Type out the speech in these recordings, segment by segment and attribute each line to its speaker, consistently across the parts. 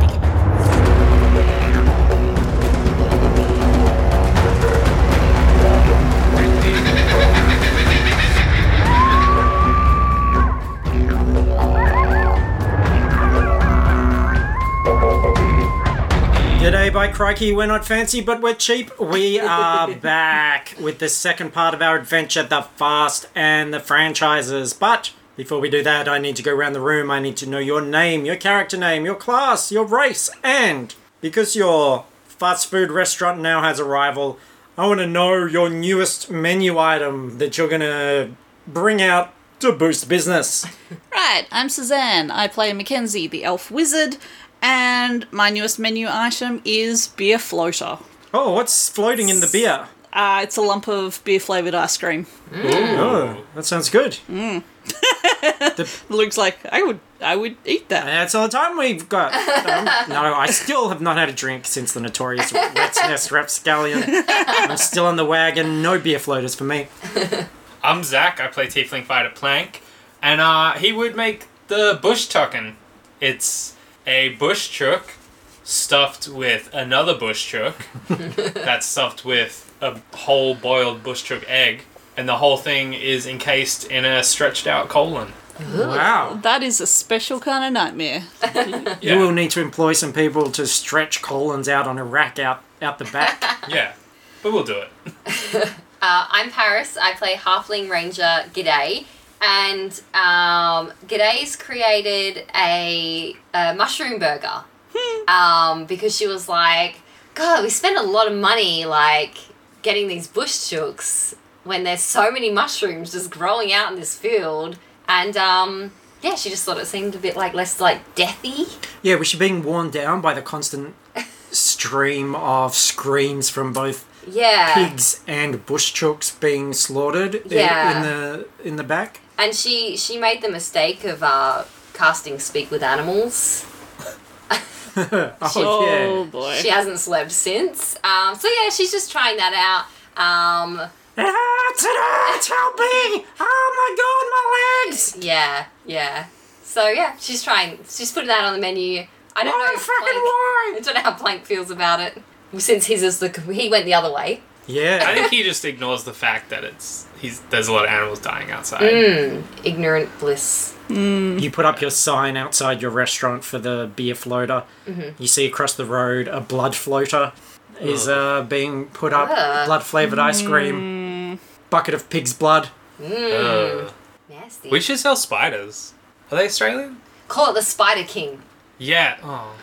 Speaker 1: dick.
Speaker 2: G'day, by crikey, we're not fancy, but we're cheap. We are back with the second part of our adventure, the fast and the franchises. But before we do that, I need to go around the room. I need to know your name, your character name, your class, your race, and because your fast food restaurant now has a rival, I want to know your newest menu item that you're gonna bring out to boost business.
Speaker 3: Right, I'm Suzanne. I play Mackenzie, the elf wizard, and my newest menu item is beer floater.
Speaker 2: Oh, what's floating in the beer?
Speaker 3: Uh, it's a lump of beer flavored ice cream.
Speaker 2: Oh, that sounds good.
Speaker 3: Luke's like, I would, I would eat that.
Speaker 2: That's all the time we've got. Um, no, I still have not had a drink since the notorious Rat's Nest Rapscallion. I'm still on the wagon. No beer floaters for me.
Speaker 4: I'm Zach. I play Tiefling Fighter Plank, and uh, he would make the bush tucking. It's a bush chook stuffed with another bush chook that's stuffed with a whole boiled bush chook egg, and the whole thing is encased in a stretched out colon.
Speaker 2: Wow.
Speaker 3: That is a special kind of nightmare.
Speaker 2: You
Speaker 4: Yeah,
Speaker 2: will need to employ some people to stretch colons out on a rack out, out the back.
Speaker 4: yeah, but we'll do it.
Speaker 5: Uh, I'm Paris. I play Halfling Ranger G'day. And um, G'day's created a, a mushroom burger um, because she was like, God, we spend a lot of money like getting these bush chooks when there's so many mushrooms just growing out in this field. And um, yeah, she just thought it seemed a bit like less like deathy.
Speaker 2: yeah, we should being worn down by the constant stream of screams from both
Speaker 5: Yeah.
Speaker 2: pigs and bush chooks being slaughtered i-
Speaker 5: Yeah.
Speaker 2: in the in the back.
Speaker 5: And she she made the mistake of uh, casting speak with animals.
Speaker 2: Oh,
Speaker 3: Oh
Speaker 2: yeah.
Speaker 3: boy.
Speaker 5: She hasn't slept since. Um, so yeah, she's just trying that out. Um,
Speaker 2: It hurts, it hurts, help me! Oh my god, my legs!
Speaker 5: yeah, yeah. So yeah, she's trying. She's putting that on the menu. I don't know.
Speaker 2: Why
Speaker 5: if
Speaker 2: fucking
Speaker 5: Plank-
Speaker 2: why?
Speaker 5: Oh, I don't know how Plank feels about it. Since his is the he went the other way.
Speaker 4: I
Speaker 2: Yeah.
Speaker 4: think he just ignores the fact that it's he's there's a lot of animals dying outside.
Speaker 5: Ignorant bliss.
Speaker 2: You put up your sign outside your restaurant for the beer floater. You see across the road a blood floater is uh, being put up.
Speaker 5: Ugh.
Speaker 2: Blood flavored ice cream. Bucket of pig's blood.
Speaker 4: Uh,
Speaker 5: Nasty.
Speaker 4: we should sell spiders. Are they Australian?
Speaker 5: Call it the Spider King.
Speaker 4: Yeah. Oh,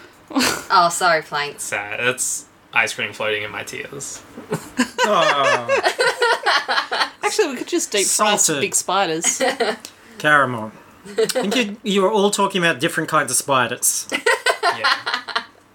Speaker 5: Oh, sorry, Planks.
Speaker 4: sad. That's ice cream floating in my tears.
Speaker 2: Oh,
Speaker 3: Actually, we could just deep fry
Speaker 2: Salted.
Speaker 3: some big spiders.
Speaker 2: caramel. I think you, you were all talking about different kinds of spiders.
Speaker 4: Yeah.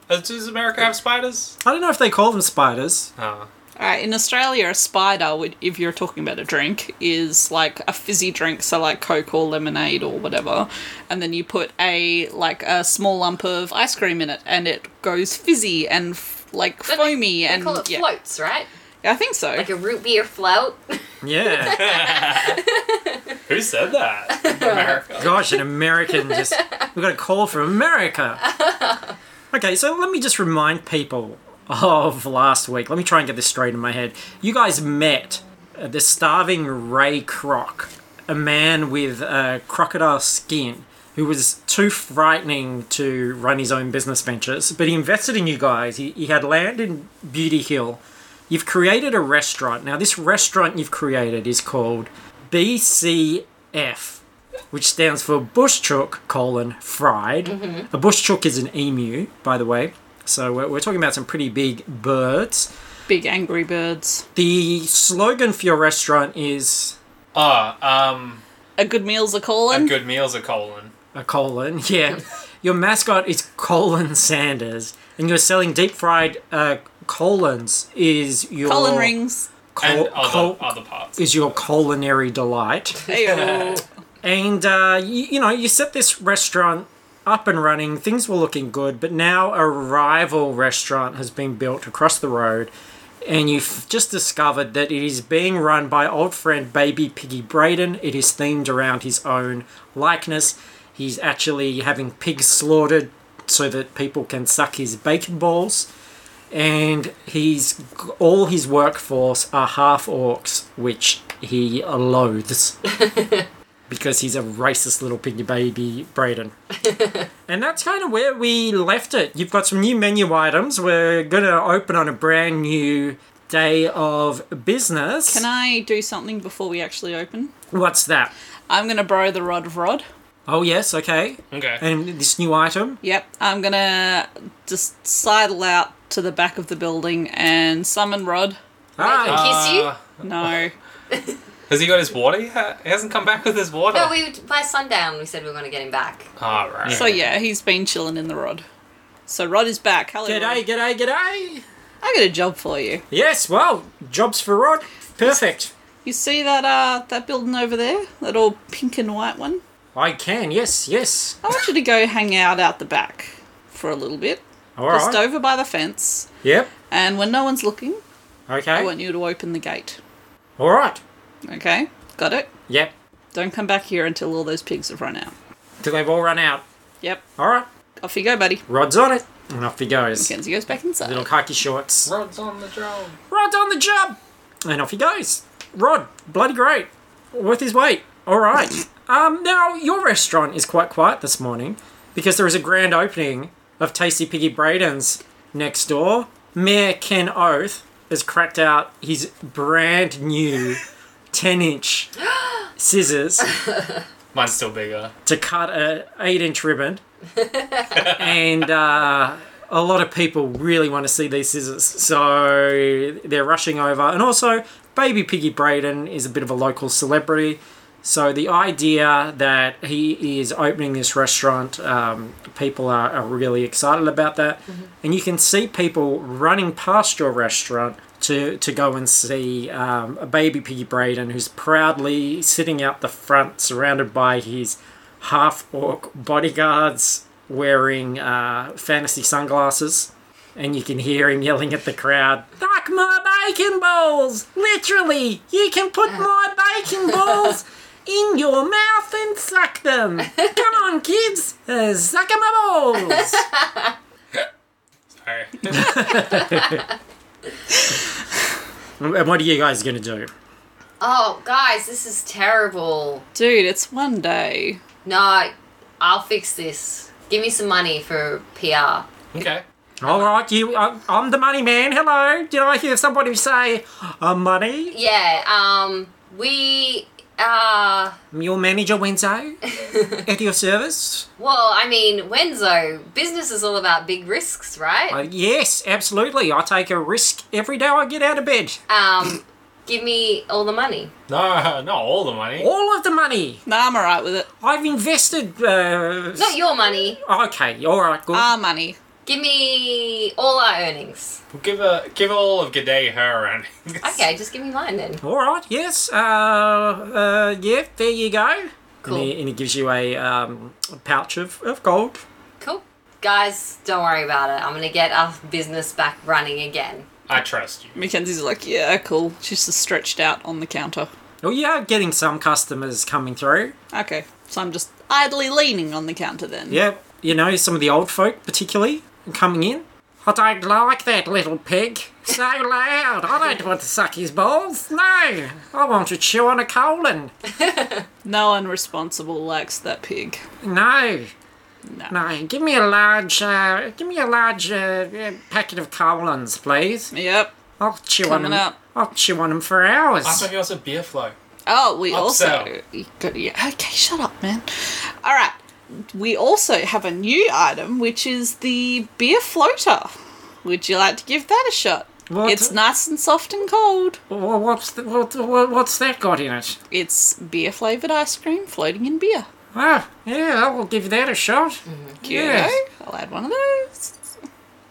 Speaker 4: Uh, Does America have spiders?
Speaker 2: I don't know if they call them spiders.
Speaker 4: Oh.
Speaker 3: All right, Uh, in Australia, a spider, would, if you're talking about a drink, is like a fizzy drink, so like Coke or lemonade or whatever, and then you put a like a small lump of ice cream in it, and it goes fizzy and f- like
Speaker 5: Don't they-
Speaker 3: foamy
Speaker 5: they
Speaker 3: and
Speaker 5: call it
Speaker 3: yeah,
Speaker 5: floats, right?
Speaker 3: I think so.
Speaker 5: Like a root beer float.
Speaker 2: Yeah.
Speaker 4: Who said that? America.
Speaker 2: Gosh, an American just. We got a call from America. Okay, so let me just remind people of last week. Let me try and get this straight in my head. You guys met uh, the starving Ray Kroc, a man with uh, crocodile skin who was too frightening to run his own business ventures, but he invested in you guys. He, he had land in Beauty Hill. You've created a restaurant. Now, this restaurant you've created is called BCF, which stands for bush chook colon fried. A bush chook is an emu, by the way. So we're, we're talking about some pretty big birds.
Speaker 3: Big Angry Birds.
Speaker 2: The slogan for your restaurant is
Speaker 4: Oh, um,
Speaker 3: A good meal's a calling.
Speaker 4: and good meals are colon.
Speaker 2: a colon. Yeah, your mascot is colon Sanders, and you're selling deep fried uh, colons. Is your
Speaker 3: Colon rings.
Speaker 2: col-
Speaker 4: And other,
Speaker 2: col-
Speaker 4: other parts.
Speaker 2: is your culinary delight.
Speaker 3: Ayo.
Speaker 2: and uh, you, you know you set this restaurant up and running, things were looking good, but now a rival restaurant has been built across the road, and you've just discovered that it is being run by old friend Baby Piggy Braden. It is themed around his own likeness. He's actually having pigs slaughtered so that people can suck his bacon balls. And he's all his workforce are half orcs, which he loathes because he's a racist little piggy baby, Braden. and that's kind of where we left it. You've got some new menu items. We're going to open on a brand new day of business.
Speaker 3: Can I do something before we actually open?
Speaker 2: What's that?
Speaker 3: I'm gonna borrow the rod of rod.
Speaker 2: Oh, yes, okay.
Speaker 4: Okay.
Speaker 2: And this new item.
Speaker 3: Yep, I'm gonna just sidle out to the back of the building and summon Rod.
Speaker 2: Ah,
Speaker 5: Kiss you?
Speaker 4: Uh,
Speaker 3: No.
Speaker 4: has he got his water? He, ha- he hasn't come back with his water.
Speaker 3: Uh.
Speaker 5: No, we by sundown we said we were going to get him back.
Speaker 4: All right.
Speaker 3: So yeah, he's been chilling in the Rod. So Rod is back. Hello.
Speaker 2: g'day,
Speaker 3: Rod.
Speaker 2: g'day, g'day.
Speaker 3: I got a job for you.
Speaker 2: Yes, well, jobs for Rod. Perfect.
Speaker 3: You see that uh that building over there? That all pink and white one?
Speaker 2: I can, yes, yes.
Speaker 3: I want you to go hang out out the back for a little bit.
Speaker 2: All right.
Speaker 3: just over by the fence.
Speaker 2: Yep,
Speaker 3: And when no one's looking, I
Speaker 2: okay.
Speaker 3: want you to open the gate.
Speaker 2: All right.
Speaker 3: Okay? Got it?
Speaker 2: Yep.
Speaker 3: Don't come back here until all those pigs have run out.
Speaker 2: Till they've all run out.
Speaker 3: Yep.
Speaker 2: All right.
Speaker 3: Off you go, buddy.
Speaker 2: Rod's on it. And off he goes.
Speaker 3: Mackenzie goes back inside.
Speaker 2: Little khaki shorts.
Speaker 4: Rod's on the drone.
Speaker 2: Rod's on the job! And off he goes. Rod, bloody great. Worth his weight. All right. um, now, your restaurant is quite quiet this morning because there is a grand opening of Tasty Piggy Braden's next door. Mayor Ken Oath has cracked out his brand new 10 inch scissors
Speaker 4: Mine's still bigger.
Speaker 2: to cut a eight inch ribbon, and uh, a lot of people really want to see these scissors, so they're rushing over. And also, Baby Piggy Braden is a bit of a local celebrity, so the idea that he is opening this restaurant, um, people are, are really excited about that, and you can see people running past your restaurant. To, to go and see um, a baby piggy Braden who's proudly sitting out the front, surrounded by his half orc bodyguards wearing uh, fantasy sunglasses, and you can hear him yelling at the crowd, Fuck more bacon balls! Literally, you can put more bacon balls in your mouth and suck them! Come on, kids, uh, suck 'em a balls!
Speaker 4: Sorry.
Speaker 2: and what are you guys gonna do?
Speaker 5: Oh, guys, this is terrible.
Speaker 3: Dude, it's one day.
Speaker 5: No, I'll fix this. Give me some money for PR.
Speaker 4: okay.
Speaker 2: All right, you. I, I'm the money man. Hello. Did I hear somebody say, "I'm money"?
Speaker 5: Yeah, um, we, uh,
Speaker 2: Your manager, Wenzo, at your service.
Speaker 5: well, I mean, Wenzo, business is all about big risks,
Speaker 2: Uh,
Speaker 5: right?
Speaker 2: yes, absolutely. I take a risk every day I get out of bed.
Speaker 5: Um, give me all the money.
Speaker 4: No, not all the money.
Speaker 2: All of the money
Speaker 3: Nah, I'm alright with it.
Speaker 2: I've invested. Uh,
Speaker 5: Not your money.
Speaker 2: okay, all right, good.
Speaker 3: Our Ah, money.
Speaker 5: Give me all our earnings.
Speaker 4: Give a give all of G'day her and
Speaker 5: Okay, just give me mine then.
Speaker 2: all right, yes. Uh, uh, yeah, there you go.
Speaker 5: Cool.
Speaker 2: And, he, and he gives you a, um, a pouch of, of gold.
Speaker 5: Cool. Guys, don't worry about it. I'm gonna get our business back running again.
Speaker 4: I trust you.
Speaker 3: Mackenzie's like, yeah, cool. She's just stretched out on the counter.
Speaker 2: Well, you are Oh, getting some customers coming through.
Speaker 3: Okay, so I'm just idly leaning on the counter then.
Speaker 2: Yeah, you know, some of the old folk particularly coming in. I don't like that little pig. So loud. I don't want to suck his balls. No, I want to chew on a colon.
Speaker 3: No one responsible likes that pig.
Speaker 2: No.
Speaker 3: No.
Speaker 2: No, give me a large, uh, give me a large uh, uh, packet of colons, please.
Speaker 3: Yep.
Speaker 2: I'll chew on
Speaker 3: Coming
Speaker 2: them.
Speaker 3: up.
Speaker 2: I'll chew on them for hours.
Speaker 4: I thought he was a beer flow.
Speaker 3: Oh, we also.
Speaker 4: Upsell.
Speaker 3: you got- yeah, Okay, shut up, man. All right. We also have a new item, which is the beer floater. Would you like to give that a shot?
Speaker 2: What?
Speaker 3: It's nice and soft and cold.
Speaker 2: Wha- what's the, what, what, what's that got in it?
Speaker 3: It's beer flavored ice cream floating in beer.
Speaker 2: Oh, yeah, I'll give that a shot.
Speaker 3: Cute. eh?
Speaker 2: Yeah.
Speaker 3: I'll add one of those.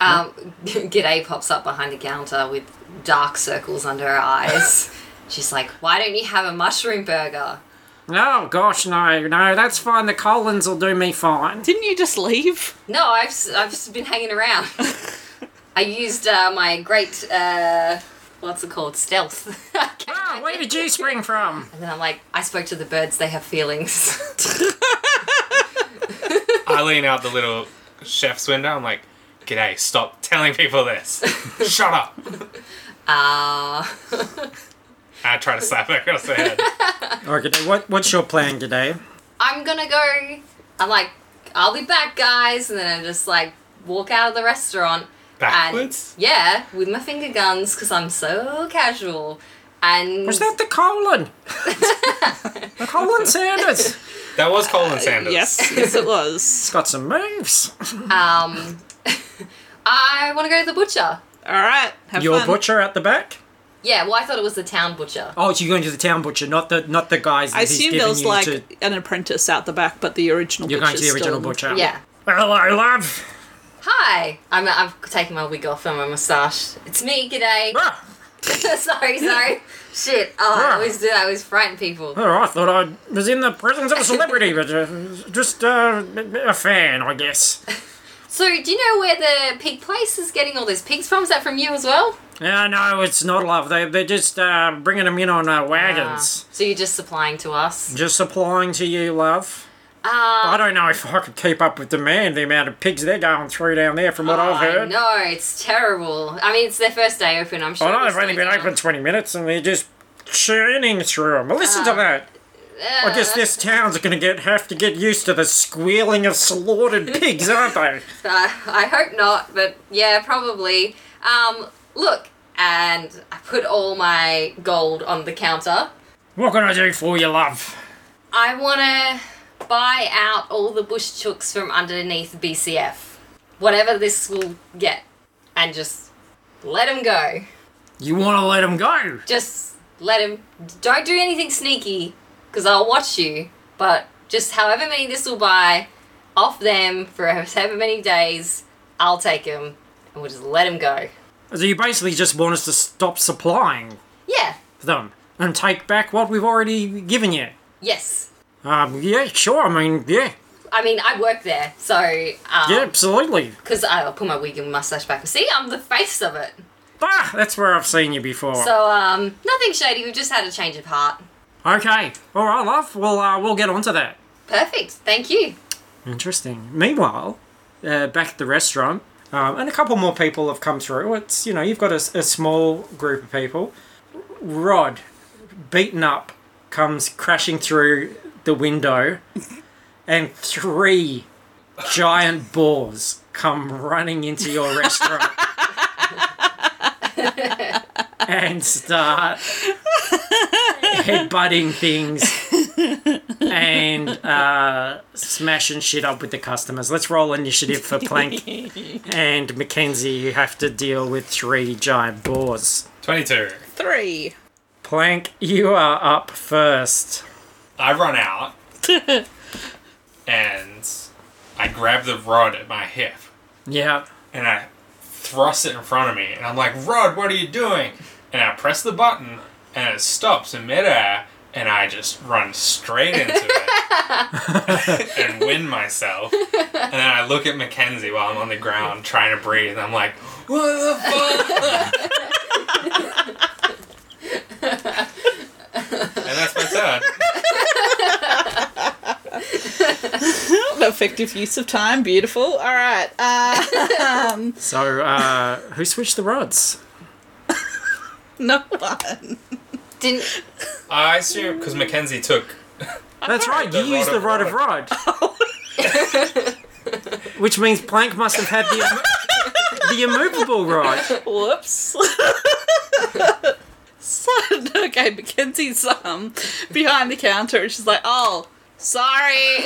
Speaker 5: Um, G'day pops up behind the counter with dark circles under her eyes. She's like, "Why don't you have a mushroom burger?"
Speaker 2: Oh gosh, no, no, that's fine. The Collins will do me fine.
Speaker 3: Didn't you just leave?
Speaker 5: No, I've, s- I've just been hanging around. I used uh, my great, uh, what's it called? Stealth. Okay.
Speaker 2: Oh, where did you spring from?
Speaker 5: And then I'm like, I spoke to the birds, they have feelings.
Speaker 4: I lean out the little chef's window. I'm like, "G'day! Stop telling people this. Shut up!"
Speaker 5: Ah.
Speaker 4: I try to slap her across the head.
Speaker 2: Okay, what what's your plan today?
Speaker 5: I'm gonna go. I'm like, I'll be back, guys. And then I just like walk out of the restaurant.
Speaker 4: Backwards?
Speaker 5: And, yeah, with my finger guns because I'm so casual. And
Speaker 2: Was that the Colin? Colin Sanders.
Speaker 4: That was Colin Sanders.
Speaker 3: Yes, yes, it was.
Speaker 2: Got some moves.
Speaker 5: um, I want to go to the butcher.
Speaker 3: All right, have
Speaker 2: Your
Speaker 3: fun.
Speaker 2: butcher at the back.
Speaker 5: Yeah, well, I thought it was the town butcher.
Speaker 2: Oh, so you're going to the town butcher, not the not the guys. That
Speaker 3: I
Speaker 2: he's
Speaker 3: assume
Speaker 2: giving
Speaker 3: there was
Speaker 2: you
Speaker 3: like
Speaker 2: to,
Speaker 3: an apprentice out the back, but the original.
Speaker 2: you're going to
Speaker 3: butcher's
Speaker 2: the original
Speaker 3: still-
Speaker 2: butcher.
Speaker 5: Yeah.
Speaker 2: Hello, love.
Speaker 5: Hi. I'm. I'm taking my wig off and my moustache. It's me. G'day.
Speaker 2: Ah,
Speaker 5: sorry. Sorry. Shit. Oh, I always do. that. I always frighten people.
Speaker 2: oh, I thought I was in the presence of a celebrity, but uh, just uh, a fan, I guess.
Speaker 5: So, do you know where the pig place is getting all these pigs from? Is that from you as well?
Speaker 2: Yeah, no, it's not love. They they're just uh, bringing them in on uh, wagons.
Speaker 5: Ah, so you're just supplying to us.
Speaker 2: Just applying to you, love. I
Speaker 5: Ah,
Speaker 2: don't know if I could keep up with demand, the amount of pigs they're going through down there, from what I've
Speaker 5: I
Speaker 2: heard.
Speaker 5: know it's terrible. I mean, it's their first day open. I'm sure.
Speaker 2: I know
Speaker 5: it'll
Speaker 2: they've only
Speaker 5: slow
Speaker 2: been
Speaker 5: down.
Speaker 2: open 20 minutes and they're just churning through them. Well, listen to that. I guess this town's gonna get have to get used to the squealing of slaughtered pigs, aren't they?
Speaker 5: Uh, I hope not, but yeah, probably. Um, look, and I put all my gold on the counter.
Speaker 2: What can I do for you, love?
Speaker 5: I want to buy out all the bush chooks from underneath BCF, whatever this will get, and just let them go.
Speaker 2: You want to let them go?
Speaker 5: just let him don't do anything sneaky because i'll watch you but just however many this will buy off them for however many days i'll take him and we'll just let him go
Speaker 2: So you basically just want us to stop supplying
Speaker 5: yeah
Speaker 2: them and take back what we've already given you.
Speaker 5: yes
Speaker 2: Um, yeah, sure. I mean, yeah,
Speaker 5: i mean i work there so
Speaker 2: yeah,
Speaker 5: um
Speaker 2: absolutely.
Speaker 5: because i'll put my wig and mustache back see i'm the face of it
Speaker 2: Ah, that's where I've seen you before.
Speaker 5: so um nothing shady we've just had a change of heart
Speaker 2: okay, all right, love. Well, uh, we'll get onto that.
Speaker 5: perfect thank you
Speaker 2: Interesting. Meanwhile, uh, back at the restaurant, um, and a couple more people have come through. It's you know you've got a, s- a small group of people. Rod, beaten up, comes crashing through the window, and three giant boars come running into your restaurant. and start headbutting things and uh, smashing shit up with the customers. Let's roll initiative for Plank and Mackenzie. You have to deal with three giant boars.
Speaker 4: Twenty-two.
Speaker 3: Three.
Speaker 2: Plank, you are up first.
Speaker 4: I run out and I grab the rod at my hip
Speaker 2: Yeah.
Speaker 4: and I thrust it in front of me and I'm like, Rod, what are you doing? And I press the button and it stops in midair and I just run straight into it and win myself. And then I look at Mackenzie while I'm on the ground trying to breathe and I'm like, what the fuck? and that's my turn.
Speaker 3: An effective use of time. Beautiful. All right. Uh,
Speaker 2: So, uh, who switched the rods?
Speaker 3: no one.
Speaker 5: didn't
Speaker 4: I assume because Mackenzie took
Speaker 2: That's right, you
Speaker 4: The
Speaker 2: used the rod
Speaker 4: rod
Speaker 2: of
Speaker 4: of
Speaker 2: rod. Which means Plank must have had the, immo- the immovable rod.
Speaker 3: Whoops. so, okay, Mackenzie's um behind the counter, and she's like, "Oh, sorry."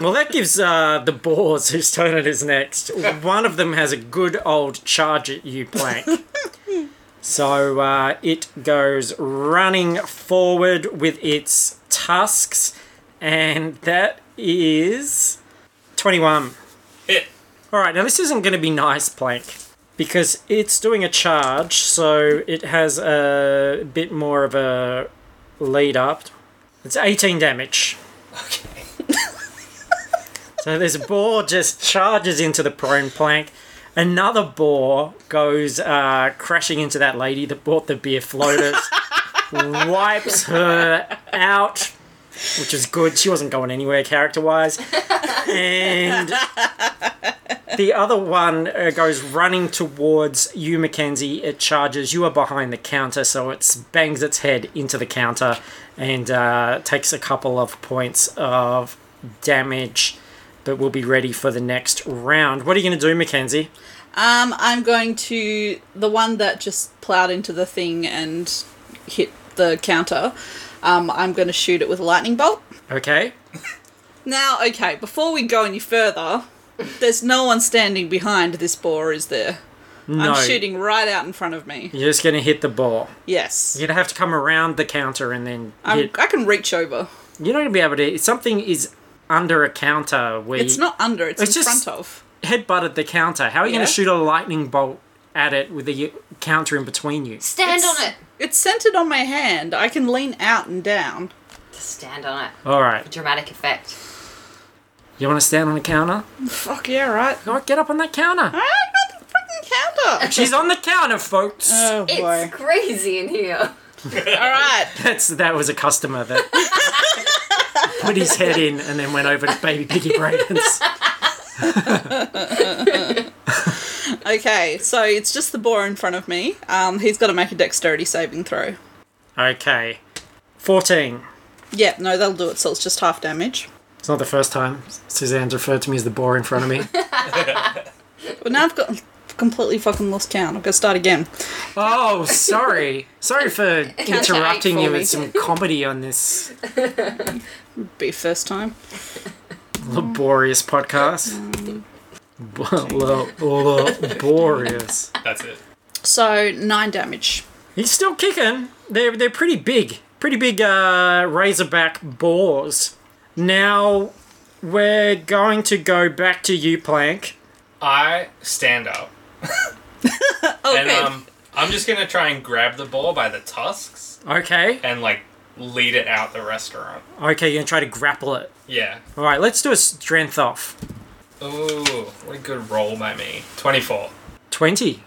Speaker 2: Well, that gives uh, the boars whose turn it is next. One of them has a good old charge at you plank. so uh, it goes running forward with its tusks, and that is 21.
Speaker 4: it.
Speaker 2: All right, now this isn't going to be nice, Plank, because it's doing a charge, so it has a bit more of a lead up. It's 18 damage.
Speaker 4: Okay.
Speaker 2: So this boar just charges into the prone plank. Another boar goes uh, crashing into that lady that bought the beer floaters, wipes her out, which is good. She wasn't going anywhere character wise. And the other one uh, goes running towards you, Mackenzie. It charges. You are behind the counter, so it bangs its head into the counter and uh, takes a couple of points of damage but we'll be ready for the next round. What are you going to do, Mackenzie?
Speaker 3: Um, I'm going to the one that just plowed into the thing and hit the counter. Um, I'm going to shoot it with a lightning bolt.
Speaker 2: Okay.
Speaker 3: Now, okay, before we go any further, there's no one standing behind this boar, is there?
Speaker 2: No.
Speaker 3: I'm shooting right out in front of me.
Speaker 2: You're just going to hit the ball.
Speaker 3: Yes.
Speaker 2: You're going to have to come around the counter and then
Speaker 3: I'm,
Speaker 2: hit.
Speaker 3: I can reach over.
Speaker 2: You're not going to be able to. Something is under a counter where
Speaker 3: It's
Speaker 2: you
Speaker 3: not under, it's,
Speaker 2: It's
Speaker 3: in
Speaker 2: just-
Speaker 3: front of.
Speaker 2: headbutted the counter. How are you
Speaker 3: Yeah.
Speaker 2: going to shoot a lightning bolt at it with the counter in between you?
Speaker 5: Stand
Speaker 3: It's-
Speaker 5: on it.
Speaker 3: It's centered on my hand. I can lean out and down.
Speaker 5: Stand on it.
Speaker 2: All right.
Speaker 5: Dramatic effect.
Speaker 2: You want to stand on the counter?
Speaker 3: Fuck yeah, right?
Speaker 2: All right, get up on that counter.
Speaker 3: Ah, not the freaking counter!
Speaker 2: She's on the counter, folks.
Speaker 3: Oh
Speaker 5: It's
Speaker 3: boy.
Speaker 5: crazy in here.
Speaker 3: Alright.
Speaker 2: That's that was a customer that put his head in and then went over to baby piggy brains.
Speaker 3: Okay, so it's just the boar in front of me. Um, he's got to make a dexterity saving throw.
Speaker 2: Okay. 14.
Speaker 3: Yeah, no, they'll do it. So it's just half damage.
Speaker 2: It's not the first time Suzanne's referred to me as the boar in front of me.
Speaker 3: But now I've got completely fucking lost count. I've got to start again.
Speaker 2: oh, sorry. Sorry for interrupting
Speaker 5: for
Speaker 2: you
Speaker 5: me.
Speaker 2: with some comedy on this
Speaker 3: Be first time.
Speaker 2: laborious podcast.
Speaker 5: Mm.
Speaker 2: Bo- la- laborious.
Speaker 4: That's it.
Speaker 3: So nine damage.
Speaker 2: He's still kicking. They're they're pretty big, pretty big uh, razorback boars. Now we're going to go back to you, Plank.
Speaker 4: I stand up.
Speaker 3: Oh, good.
Speaker 4: And um, I'm just gonna try and grab the ball by the tusks
Speaker 2: Okay.
Speaker 4: and like lead it out the restaurant.
Speaker 2: Okay, you're gonna try to grapple it.
Speaker 4: Yeah.
Speaker 2: All right, let's do a strength off.
Speaker 4: Ooh, what a good roll by me. 24.
Speaker 2: Twenty.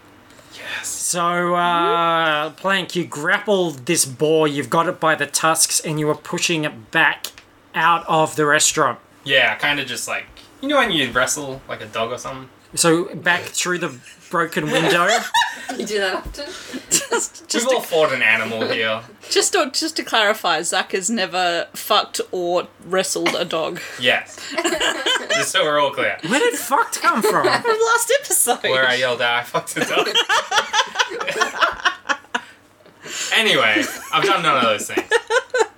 Speaker 4: Yes.
Speaker 2: So, uh, Plank, you grappled this boar, you've got it by the tusks, and you are pushing it back out of the restaurant.
Speaker 4: Yeah, kind of just like you know when you wrestle like a dog or something.
Speaker 2: So, back through the broken window.
Speaker 5: You do that often?
Speaker 3: just, just,
Speaker 4: We've all
Speaker 3: to,
Speaker 4: fought an animal here.
Speaker 3: just to just to clarify, Zach has never fucked or wrestled a dog.
Speaker 4: Yes. just so we're all clear.
Speaker 2: Where did fucked come from?
Speaker 3: From last episode.
Speaker 4: Where I yelled out, I fucked a dog. anyway, I've done none of those things.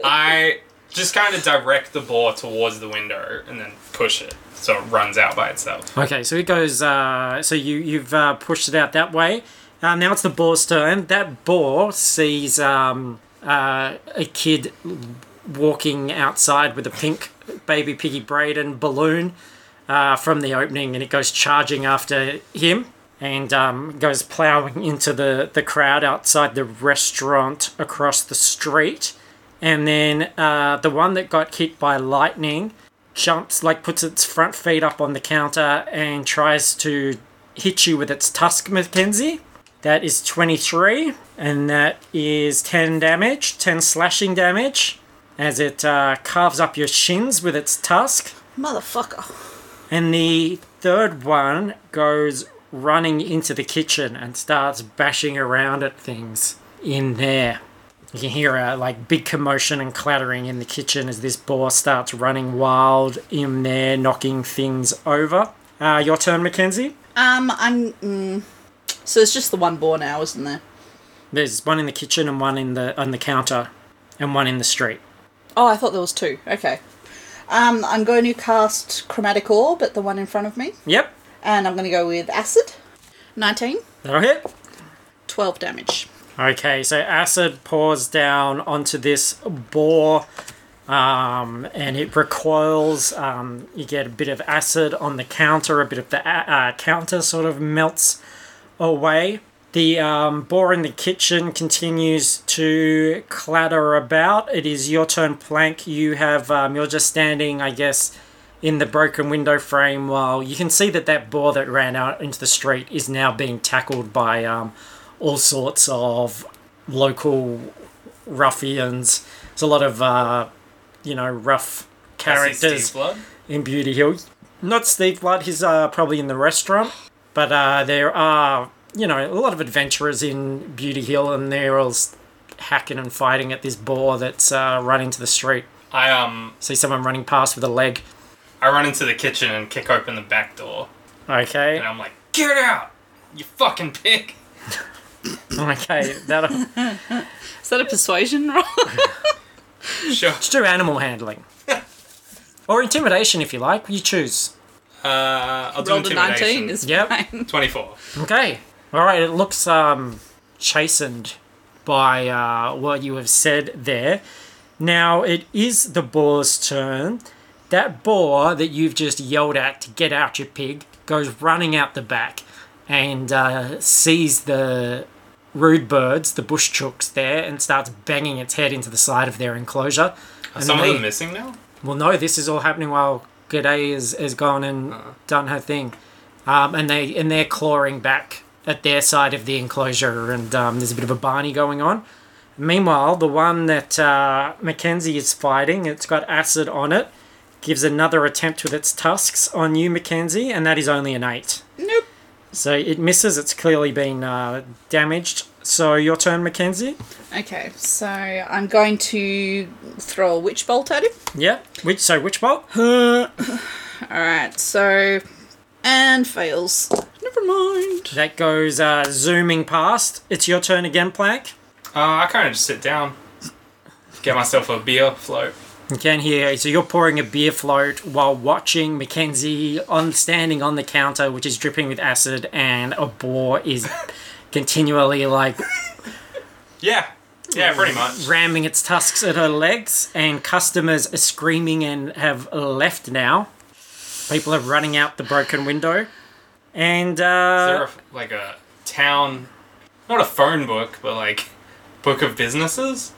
Speaker 4: I just kind of direct the ball towards the window and then push it so it runs out by itself.
Speaker 2: Okay, so it goes. Uh, so you you've uh, pushed it out that way. Uh, now it's the boar's turn. That boar sees um, uh, a kid walking outside with a pink baby piggy Braden balloon uh, from the opening, and it goes charging after him and um, goes ploughing into the the crowd outside the restaurant across the street. And then uh, the one that got hit by lightning jumps, like puts its front feet up on the counter and tries to hit you with its tusk, Mackenzie. That is 23, and that is 10 damage, 10 slashing damage, as it uh, carves up your shins with its tusk.
Speaker 3: Motherfucker.
Speaker 2: And the third one goes running into the kitchen and starts bashing around at things in there. You can hear a like big commotion and clattering in the kitchen as this boar starts running wild in there, knocking things over. Uh, your turn, Mackenzie.
Speaker 3: Um, I'm. Mm, so it's just the one boar now, isn't there?
Speaker 2: There's one in the kitchen and one in the on the counter, and one in the street.
Speaker 3: Oh, I thought there was two. Okay. Um, I'm going to cast Chromatic Orb at the one in front of me,
Speaker 2: Yep,
Speaker 3: and I'm going to go with Acid. 19,
Speaker 2: that'll hit.
Speaker 3: 12 damage.
Speaker 2: Okay, so acid pours down onto this boar, um, and it recoils. Um, you get a bit of uh, acid on the counter, a bit of the a- uh, counter sort of melts away, The um, boar in the kitchen continues to clatter about. It is your turn, Plank. You have um, you're just standing, I guess, in the broken window frame while you can see that that boar that ran out into the street is now being tackled by um, all sorts of local ruffians. There's a lot of uh, you know rough characters
Speaker 4: Blood.
Speaker 2: in Beauty Hill. Not Steve Blood, he's uh, probably in the restaurant, but uh, there are, you know, a lot of adventurers in Beauty Hill and they're all s- hacking and fighting at this boar that's uh, run into the street.
Speaker 4: I um
Speaker 2: See someone running past with a leg.
Speaker 4: I run into the kitchen and kick open the back door, and
Speaker 2: Okay,
Speaker 4: I'm like, "Get out, you fucking pig!"
Speaker 2: okay, that'll.
Speaker 3: Is that a persuasion roll?
Speaker 4: Sure.
Speaker 2: Just do animal handling. Or intimidation if you like, you choose.
Speaker 4: Uh, I'll do
Speaker 3: Rolled a
Speaker 4: intimidation.
Speaker 3: 19 is
Speaker 2: Yep.
Speaker 3: fine.
Speaker 4: Twenty-four.
Speaker 2: Okay. All right. It looks um, chastened by uh, what you have said there. Now it is the boar's turn. That boar that you've just yelled at to get out, your pig, goes running out the back and uh, sees the rude birds, the bush chooks there, and starts banging its head into the side of their enclosure. And
Speaker 4: Some of
Speaker 2: they-
Speaker 4: them missing now.
Speaker 2: well, no, this is all happening while G'day is, is gone and done her thing, um, and they and they're clawing back at their side of the enclosure, and um, there's a bit of a Barney going on. Meanwhile, the one that uh, Mackenzie is fighting, it's got acid on it, gives another attempt with its tusks on you, Mackenzie, and that is only an eight.
Speaker 3: Nope.
Speaker 2: So it misses. It's clearly been uh, damaged. So your turn, Mackenzie.
Speaker 3: Okay, so I'm going to throw a witch bolt at him.
Speaker 2: Yeah. Which so which bolt?
Speaker 3: Alright, so. And fails. Never mind.
Speaker 2: That goes uh, zooming past. It's your turn again, Plank.
Speaker 4: Uh, I kind of just sit down, get myself a beer float.
Speaker 2: You can hear. So you're pouring a beer float while watching Mackenzie on standing on the counter, which is dripping with acid, and a boar is continually like
Speaker 4: Yeah, yeah, pretty much.
Speaker 2: ramming its tusks at her legs. And customers are screaming and have left now. People are running out the broken window, and
Speaker 4: Is there
Speaker 2: uh,
Speaker 4: a, like a town, not a phone book, but like book of businesses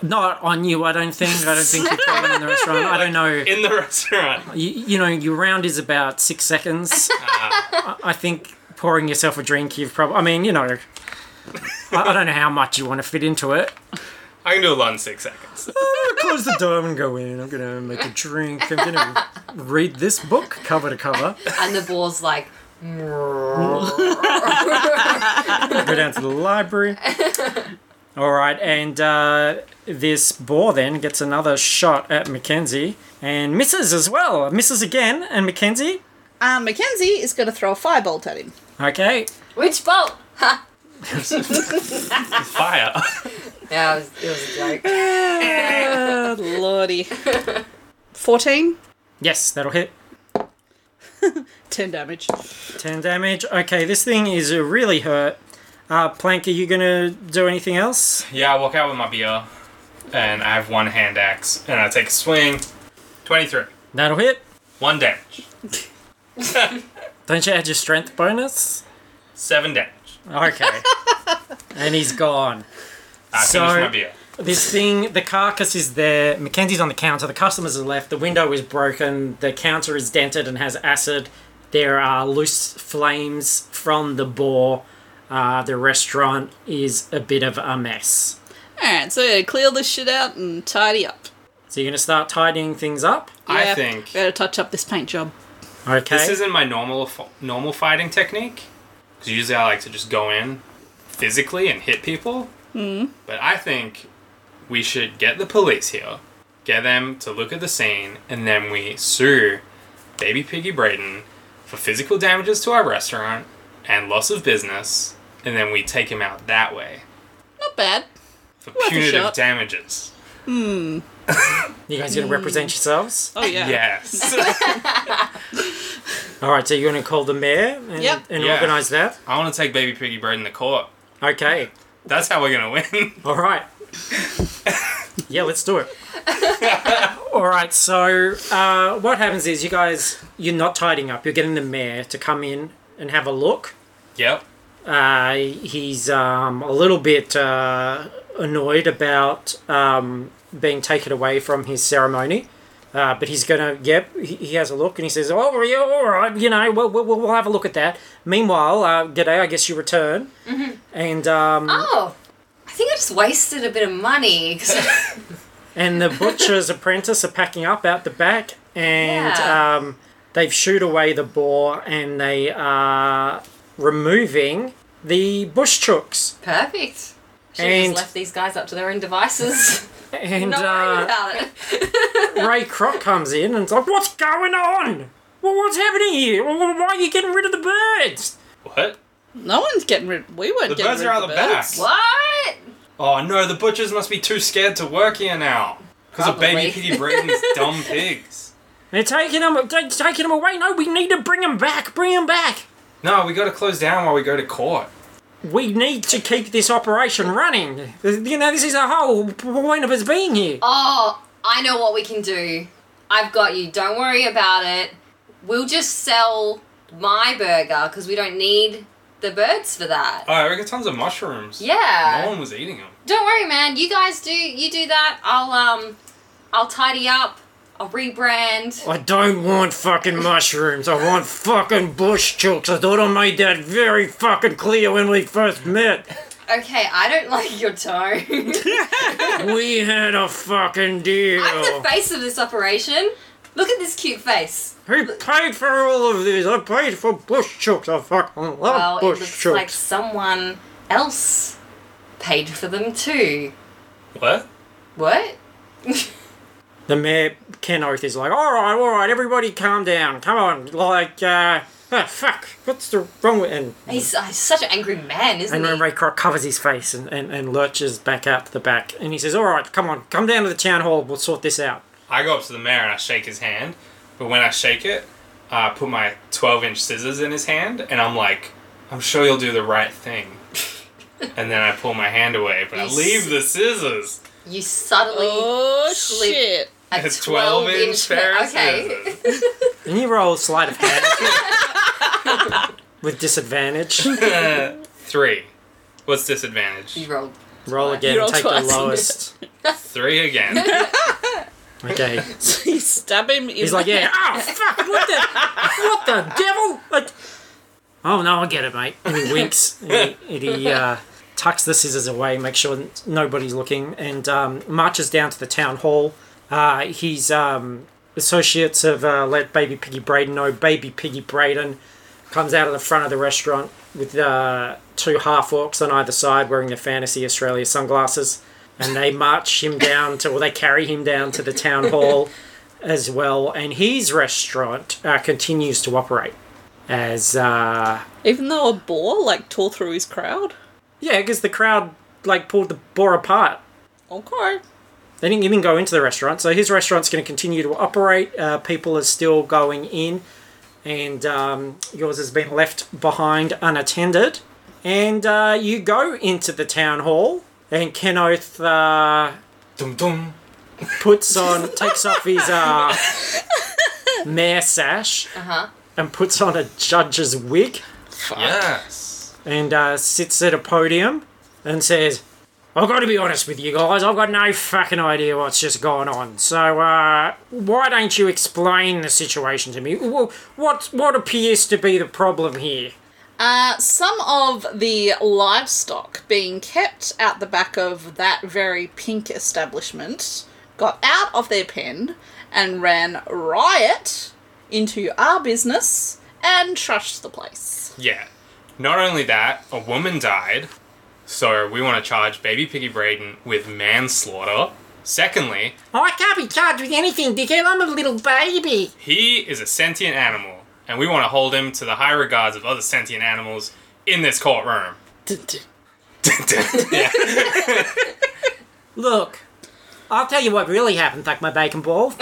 Speaker 2: not on you. I don't think. I don't think you're coming in the restaurant. I don't know.
Speaker 4: in the restaurant?
Speaker 2: You, you know, your round is about six seconds. I, I think pouring yourself a drink, you've probably. I mean, you know, I, I don't know how much you want to fit into it.
Speaker 4: I can do a lot in six seconds.
Speaker 2: Uh, Close the door and go in. I'm gonna make a drink. I'm gonna read this book cover to cover.
Speaker 5: And the boar's like,
Speaker 2: Go down to the library. All right, and uh, this boar then gets another shot at Mackenzie and misses as well. Misses again, and Mackenzie.
Speaker 3: Um, Mackenzie is going to throw a firebolt at him.
Speaker 2: Okay,
Speaker 5: which bolt? Ha!
Speaker 4: Fire.
Speaker 5: Yeah, it was, it was a joke.
Speaker 3: Oh, lordy. 14?
Speaker 2: yes, that'll hit.
Speaker 3: 10 damage.
Speaker 2: 10 damage. Okay, this thing is uh, really hurt. Uh, Plank, are you gonna do anything else?
Speaker 4: Yeah, I walk out with my beer, and I have one hand axe, and I take a swing. Twenty-three.
Speaker 2: That'll hit.
Speaker 4: One damage.
Speaker 2: Don't you add your strength bonus?
Speaker 4: Seven damage.
Speaker 2: Okay. and he's gone.
Speaker 4: I
Speaker 2: So-
Speaker 4: finish my beer.
Speaker 2: This thing, the carcass is there. Mackenzie's on the counter. The customers are left. The window is broken. The counter is dented and has acid. There are loose flames from the boar. Uh, the restaurant is a bit of a mess.
Speaker 3: Alright, so yeah, clear this shit out and tidy up.
Speaker 2: So you're gonna start tidying things up.
Speaker 4: I
Speaker 3: Yeah,
Speaker 4: think-
Speaker 3: Better touch up this paint job.
Speaker 2: Okay.
Speaker 4: This isn't my normal f- normal fighting technique because usually I like to just go in physically and hit people. Mm. But I think we should get the police here, get them to look at the scene, and then we sue Baby Piggy Braden for physical damages to our restaurant and loss of business, and then we take him out that way
Speaker 3: Not bad.
Speaker 4: for
Speaker 3: a
Speaker 4: punitive
Speaker 3: shot.
Speaker 4: damages.
Speaker 2: you guys gonna represent yourselves?
Speaker 3: Oh, yeah.
Speaker 4: Yes,
Speaker 2: All right, so you're going to call the mayor and,
Speaker 3: Yep.
Speaker 2: and
Speaker 4: Yeah.
Speaker 2: organize that?
Speaker 4: I want to take Baby Piggy Braden to court.
Speaker 2: Okay.
Speaker 4: That's how we're gonna win.
Speaker 2: All right. yeah, let's do it. All right, so uh, what happens is you guys, you're not tidying up. You're getting the mayor to come in and have a look.
Speaker 4: yep.
Speaker 2: Uh, he's um, a little bit uh, annoyed about um, being taken away from his ceremony. Uh, but he's gonna, yep, he, he has a look and he says, Oh, yeah, all right, you know, we'll, we'll, we'll have a look at that. Meanwhile, uh, G'day, I guess you return. And um,
Speaker 5: Oh, I think I just wasted a bit of money. 'cause-
Speaker 2: and the butcher's apprentice are packing up out the back and
Speaker 5: Yeah.
Speaker 2: um, they've shooed away the boar and they are removing the bush chooks
Speaker 5: Perfect. Should have
Speaker 2: And-
Speaker 5: just left these guys up to their own devices.
Speaker 2: and
Speaker 5: Not worried
Speaker 2: uh,
Speaker 5: about it.
Speaker 2: ray croc comes in and it's like what's going on well, what's happening here Well, why are you getting rid of the birds
Speaker 4: What?
Speaker 3: No one's getting rid. We weren't
Speaker 4: The
Speaker 3: getting
Speaker 4: birds
Speaker 3: rid
Speaker 4: are
Speaker 3: of
Speaker 4: out
Speaker 3: the
Speaker 4: the back.
Speaker 3: birds.
Speaker 5: What?
Speaker 4: Oh no, the butchers must be too scared to work here now. Because of baby
Speaker 5: Probably.
Speaker 4: piggy Braden's dumb pigs.
Speaker 2: they're taking them they're taking them away no we need to bring them back bring them back
Speaker 4: No, we gotta close down while we go to court.
Speaker 2: we need to keep this operation running you know this is the whole point of us being here
Speaker 5: Oh, I know what we can do. I've got you. Don't worry about it. We'll just sell my burger because we don't need the birds for that.
Speaker 4: Oh, we got tons of mushrooms.
Speaker 5: Yeah.
Speaker 4: No one was eating them.
Speaker 5: Don't worry, man. You guys do you do that. I'll um, I'll tidy up. I'll rebrand.
Speaker 2: I don't want fucking mushrooms. I want fucking bush chooks. I thought I made that very fucking clear when we first met.
Speaker 5: Okay, I don't like your tone.
Speaker 2: We had a fucking deal.
Speaker 5: I'm the face of this operation. Look at this cute face.
Speaker 2: Who paid for all of this? I paid for bush chooks. I fucking love
Speaker 5: Well, it
Speaker 2: Oh, bush
Speaker 5: looks
Speaker 2: chooks.
Speaker 5: like someone else paid for them too.
Speaker 4: What?
Speaker 5: What?
Speaker 2: The mayor, Ken Oath, is like, alright, alright, everybody calm down. Come on. Like, uh, ah, fuck. What's the wrong with. And,
Speaker 5: He's, uh, he's such an angry man, isn't
Speaker 2: and
Speaker 5: he?
Speaker 2: then Ray Kroc covers his face and, and, and lurches back out to the back. And he says, alright, come on, come down to the town hall. We'll sort this out.
Speaker 4: I go up to the mayor and I shake his hand, but when I shake it, I put my 12 inch scissors in his hand and I'm like, I'm sure you'll do the right thing. and then I pull my hand away, but I
Speaker 5: You
Speaker 4: leave
Speaker 5: s-
Speaker 4: the scissors.
Speaker 5: You subtly
Speaker 3: Oh
Speaker 5: slip
Speaker 3: shit!
Speaker 5: a
Speaker 4: It's
Speaker 5: 12 inch pair.
Speaker 4: of
Speaker 5: Okay.
Speaker 4: scissors.
Speaker 2: Can you roll sleight of hand? With disadvantage.
Speaker 4: Three. What's disadvantage?
Speaker 5: You rolled.
Speaker 2: Roll again,
Speaker 3: You roll
Speaker 2: take
Speaker 3: twice.
Speaker 2: the lowest.
Speaker 4: Three again.
Speaker 2: Okay.
Speaker 3: you stab him. In
Speaker 2: He's like,
Speaker 3: the-
Speaker 2: yeah, oh, fuck, what the, what the devil? Like, oh, no, I get it, mate. And he winks. And he, and he uh, tucks the scissors away, makes sure that nobody's looking, and um, marches down to the town hall. Uh, his um, associates have uh, let Baby Piggy Braden know. Baby Piggy Braden comes out of the front of the restaurant with uh, two half orcs on either side wearing their Fantasy Australia sunglasses. And they march him down to, or they carry him down to the town hall as well. And his restaurant uh, continues to operate as, uh,
Speaker 3: Even though a boar like tore through his crowd.
Speaker 2: yeah, because the crowd like pulled the boar apart.
Speaker 3: Okay.
Speaker 2: They didn't even go into the restaurant, so his restaurant's going to continue to operate. Uh, people are still going in, and um, yours has been left behind unattended. And uh, you go into the town hall, and Kenoth uh,
Speaker 4: dum dum.
Speaker 2: puts on, takes off his uh, mayor sash,
Speaker 5: Uh-huh.
Speaker 2: and puts on a judge's wig.
Speaker 4: Yes.
Speaker 2: and uh, sits at a podium and says, I've got to be honest with you guys, I've got no fucking idea what's just gone on. So, uh, why don't you explain the situation to me? Wh- What, what appears to be the problem here?
Speaker 3: Uh, some of the livestock being kept out the back of that very pink establishment got out of their pen and ran riot into our business and trashed the place.
Speaker 4: Yeah. Not only that, a woman died, so we want to charge Baby Piggy Braden with manslaughter. Secondly,
Speaker 2: I can't be charged with anything, Dickhead. I'm a little baby.
Speaker 4: He is a sentient animal, and we want to hold him to the high regards of other sentient animals in this courtroom. yeah.
Speaker 2: Look, I'll tell you what really happened, Thank my bacon ball.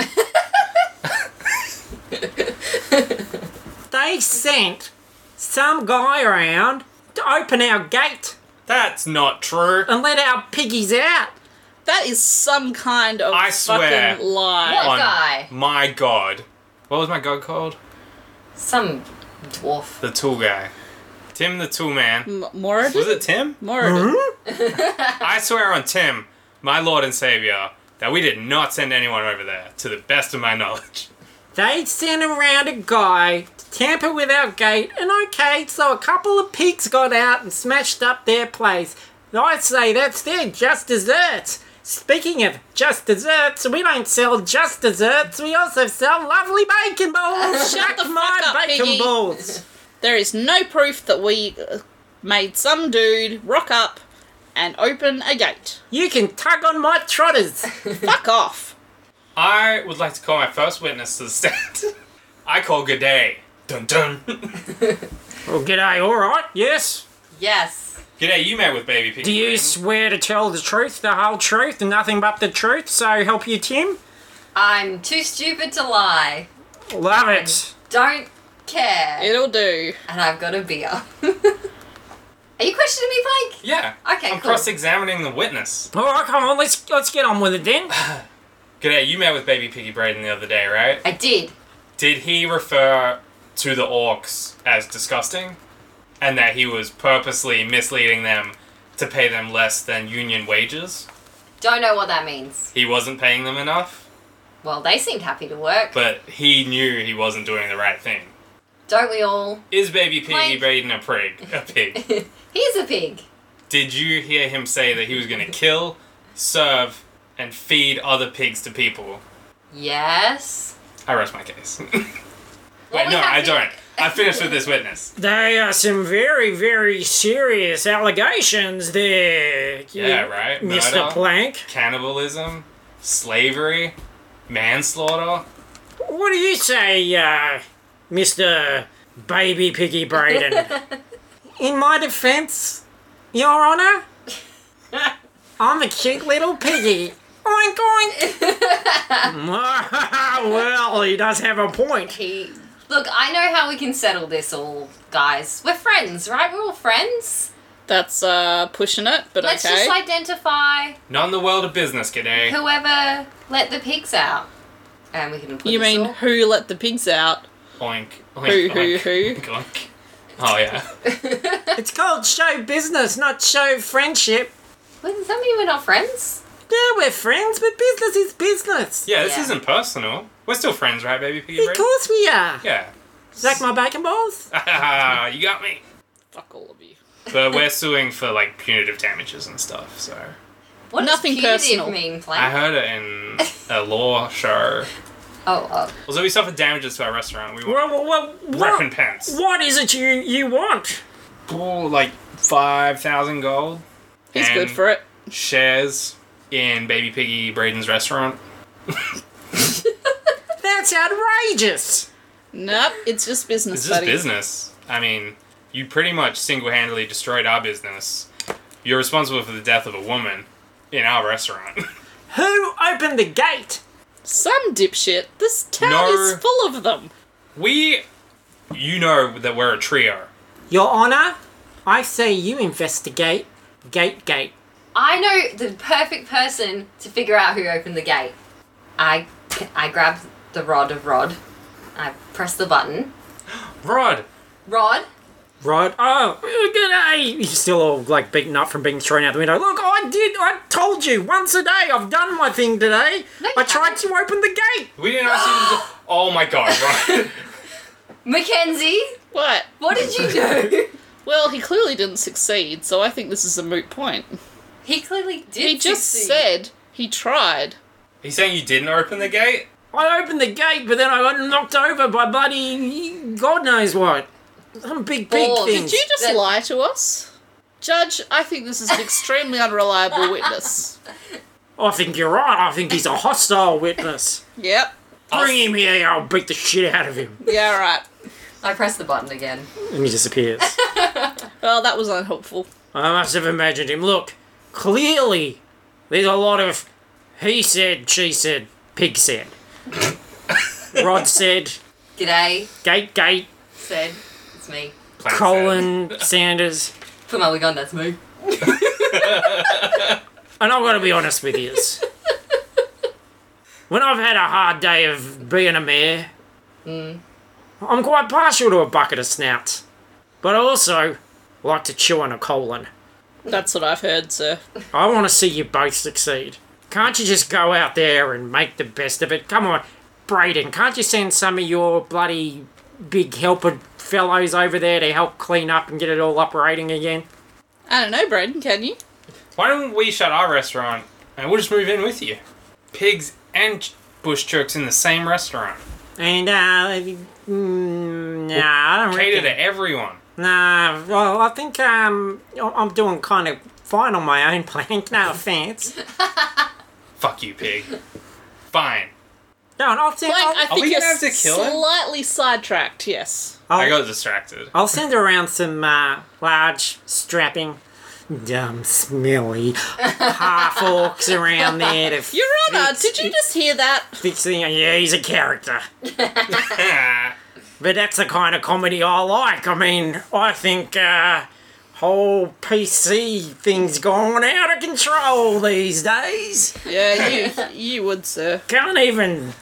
Speaker 2: they sent some guy around to open our gate.
Speaker 4: That's not true.
Speaker 2: and let our piggies out.
Speaker 3: That is some kind of
Speaker 4: I swear.
Speaker 3: fucking lie.
Speaker 5: What? guy.
Speaker 4: Oh my god. What was my god called?
Speaker 5: Some dwarf.
Speaker 4: The tool guy. Tim the Tool Man.
Speaker 3: M-
Speaker 4: Was
Speaker 3: Moradin?
Speaker 4: it Tim?
Speaker 3: Moradin.
Speaker 4: I swear on Tim, my Lord and Savior, that we did not send anyone over there, to the best of my knowledge.
Speaker 2: They sent around a guy to tamper with our gate, and okay, so a couple of pigs got out and smashed up their place. And I say that's their just desserts. Speaking of just desserts, we don't sell just desserts, we also sell lovely bacon balls.
Speaker 3: Shut
Speaker 2: Shuck
Speaker 3: the fuck
Speaker 2: my
Speaker 3: up,
Speaker 2: bacon
Speaker 3: piggy.
Speaker 2: balls.
Speaker 3: There is no proof that we uh, made some dude rock up and open a gate.
Speaker 2: You can tug on my trotters.
Speaker 3: Fuck off.
Speaker 4: I would like to call my first witness to the stand. I call G'day. Dun dun.
Speaker 2: Well, g'day, alright, yes.
Speaker 5: Yes.
Speaker 4: G'day, you met with Baby Piggy.
Speaker 2: Do you swear to tell the truth, the whole truth, and nothing but the truth, so help you, Tim?
Speaker 5: I'm too stupid to lie.
Speaker 2: Love it.
Speaker 5: Don't care.
Speaker 3: It'll do.
Speaker 5: And I've got a beer. Are you questioning me, Blake?
Speaker 4: Yeah.
Speaker 5: Okay,
Speaker 4: I'm
Speaker 5: cool.
Speaker 4: cross-examining the witness.
Speaker 2: Alright, come on, let's let's get on with it then.
Speaker 4: G'day, you met with Baby Piggy Braden the other day, right?
Speaker 5: I did.
Speaker 4: Did he refer to the orcs as disgusting? And that he was purposely misleading them to pay them less than union wages?
Speaker 5: Don't know what that means.
Speaker 4: He wasn't paying them enough,
Speaker 5: Well, they seemed happy to work.
Speaker 4: but he knew he wasn't doing the right thing.
Speaker 5: Don't we all?
Speaker 4: Is Baby Piggy
Speaker 5: Like-
Speaker 4: Braden a prig? A pig.
Speaker 5: He's a pig.
Speaker 4: Did you hear him say that he was going to kill, serve, and feed other pigs to people?
Speaker 5: Yes.
Speaker 4: I rest my case.
Speaker 5: Well,
Speaker 4: Wait,
Speaker 5: we
Speaker 4: no,
Speaker 5: have
Speaker 4: I
Speaker 5: to-
Speaker 4: don't. I finished with this witness.
Speaker 2: They are some very, very serious allegations there.
Speaker 4: Yeah, right?
Speaker 2: Mr.
Speaker 4: Murder,
Speaker 2: Plank.
Speaker 4: cannibalism, slavery, manslaughter.
Speaker 2: What do you say, uh, Mr. Baby Piggy Braden? In my defense, Your Honor, I'm a cute little piggy. Oink oink! well, he does have a point.
Speaker 5: He. Look, I know how we can settle this all, guys. We're friends, right? We're all friends.
Speaker 3: That's uh pushing it, but
Speaker 5: Let's
Speaker 3: okay.
Speaker 5: just identify
Speaker 4: Not in the world of business, G'day.
Speaker 5: whoever let the pigs out, and we can. Put
Speaker 3: you
Speaker 5: this
Speaker 3: mean
Speaker 5: all-
Speaker 3: who let the pigs out?
Speaker 4: Oink,
Speaker 3: Who,
Speaker 4: oink,
Speaker 3: who,
Speaker 4: oink,
Speaker 3: who?
Speaker 4: oink. Oh, yeah.
Speaker 2: It's called show business, not show friendship.
Speaker 5: Wait, does that mean we're not friends?
Speaker 2: Yeah, we're friends, but business is business.
Speaker 4: Yeah, this
Speaker 5: Yeah.
Speaker 4: isn't personal. We're still friends, right, Baby Piggy
Speaker 2: Of
Speaker 4: Braden?
Speaker 2: course we are.
Speaker 4: Yeah.
Speaker 2: Is that my bacon balls?
Speaker 4: you got me.
Speaker 3: Fuck all of you.
Speaker 4: But we're suing for like punitive damages and stuff, so.
Speaker 5: What
Speaker 3: Nothing
Speaker 5: does punitive
Speaker 3: personal.
Speaker 5: mean,
Speaker 4: I
Speaker 5: Plank?
Speaker 4: heard it in a law show.
Speaker 5: Oh, oh,
Speaker 4: Although we suffered damages to our restaurant, we were
Speaker 2: Well, well, well, what-
Speaker 4: recompense.
Speaker 2: What is it you you want?
Speaker 4: Oh, like 5,000 gold
Speaker 3: He's good
Speaker 4: And-
Speaker 3: for it.
Speaker 4: shares in Baby Piggy Braden's restaurant.
Speaker 2: That's outrageous.
Speaker 3: Nope, it's just business,
Speaker 4: It's just
Speaker 3: buddy.
Speaker 4: business. I mean, you pretty much single handedly destroyed our business. You're responsible for the death of a woman in our restaurant.
Speaker 2: Who opened the gate?
Speaker 3: Some dipshit. This town
Speaker 4: No.
Speaker 3: is full of them.
Speaker 4: we. You know that we're a trio.
Speaker 2: Your Honor, I say you investigate gate gate.
Speaker 5: I know the perfect person to figure out who opened the gate. I, I grabbed the rod of Rod. I press the button.
Speaker 4: Rod!
Speaker 5: Rod,
Speaker 2: Right. Oh, g'day. He's still all like beaten up from being thrown out the window. Look, I did. I told you once a day. I've done my thing today.
Speaker 5: No, you
Speaker 2: I tried
Speaker 5: haven't.
Speaker 2: to open the gate.
Speaker 4: We didn't ask you to. do- Oh my god, Rod.
Speaker 5: Mackenzie,
Speaker 3: What?
Speaker 5: what did you do?
Speaker 3: Well, he clearly didn't succeed, so I think this is a moot point.
Speaker 5: he clearly did.
Speaker 3: He just
Speaker 5: succeed.
Speaker 3: said he tried.
Speaker 4: He's saying you didn't open the gate?
Speaker 2: I opened the gate, but then I got knocked over by bloody God knows what. Some big, big
Speaker 5: Balls.
Speaker 2: thing.
Speaker 3: Did you just
Speaker 5: That-
Speaker 3: lie to us? Judge, I think this is an extremely unreliable witness.
Speaker 2: I think you're right. I think he's a hostile witness.
Speaker 3: Yep.
Speaker 2: Bring him here. I'll beat the shit out of him.
Speaker 3: Yeah, right.
Speaker 5: I pressed the button again.
Speaker 2: And he disappears.
Speaker 3: Well, that was unhelpful.
Speaker 2: I must have imagined him. Look, clearly, there's a lot of he said, she said, pig said. Rod said,
Speaker 5: G'day,
Speaker 2: gate, gate,
Speaker 5: said it's me.
Speaker 4: Plank said.
Speaker 2: colon, Sanders.
Speaker 5: Put my wig on. That's me.
Speaker 2: And I've got to be honest with you. when I've had a hard day of being a mayor, I'm quite partial to a bucket of snouts. But also, like to chew on a colon.
Speaker 3: That's what I've heard, sir.
Speaker 2: I want to see you both succeed. Can't you just go out there and make the best of it? Come on, Brayden, can't you send some of your bloody big helper fellows over there to help clean up and get it all operating again?
Speaker 3: I don't know, Braden, can you?
Speaker 4: Why don't we shut our restaurant and we'll just move in with you? Pigs and ch- bush chooks in the same restaurant.
Speaker 2: And, uh, mm, nah, I don't
Speaker 4: Cater
Speaker 2: reckon.
Speaker 4: to everyone.
Speaker 2: Nah, well, I think, um, I- I'm doing kind of fine on my own, Plank, no offense.
Speaker 4: Fuck you, pig. Fine.
Speaker 2: No, and I'll send,
Speaker 3: Like, I
Speaker 2: I'll,
Speaker 3: think
Speaker 4: we
Speaker 3: you're
Speaker 4: gonna have to kill him?
Speaker 3: slightly sidetracked, yes.
Speaker 2: I'll,
Speaker 4: I got distracted.
Speaker 2: I'll send around some uh, large, strapping, dumb, smelly half orcs around there to
Speaker 3: Your Honor, did you just hear that?
Speaker 2: fix the. Yeah, he's a character.
Speaker 4: Ah,
Speaker 2: But that's the kind of comedy I like. I mean, I think uh, whole PC thing's gone out of control these days.
Speaker 3: Yeah, you you would, sir.
Speaker 2: Can't even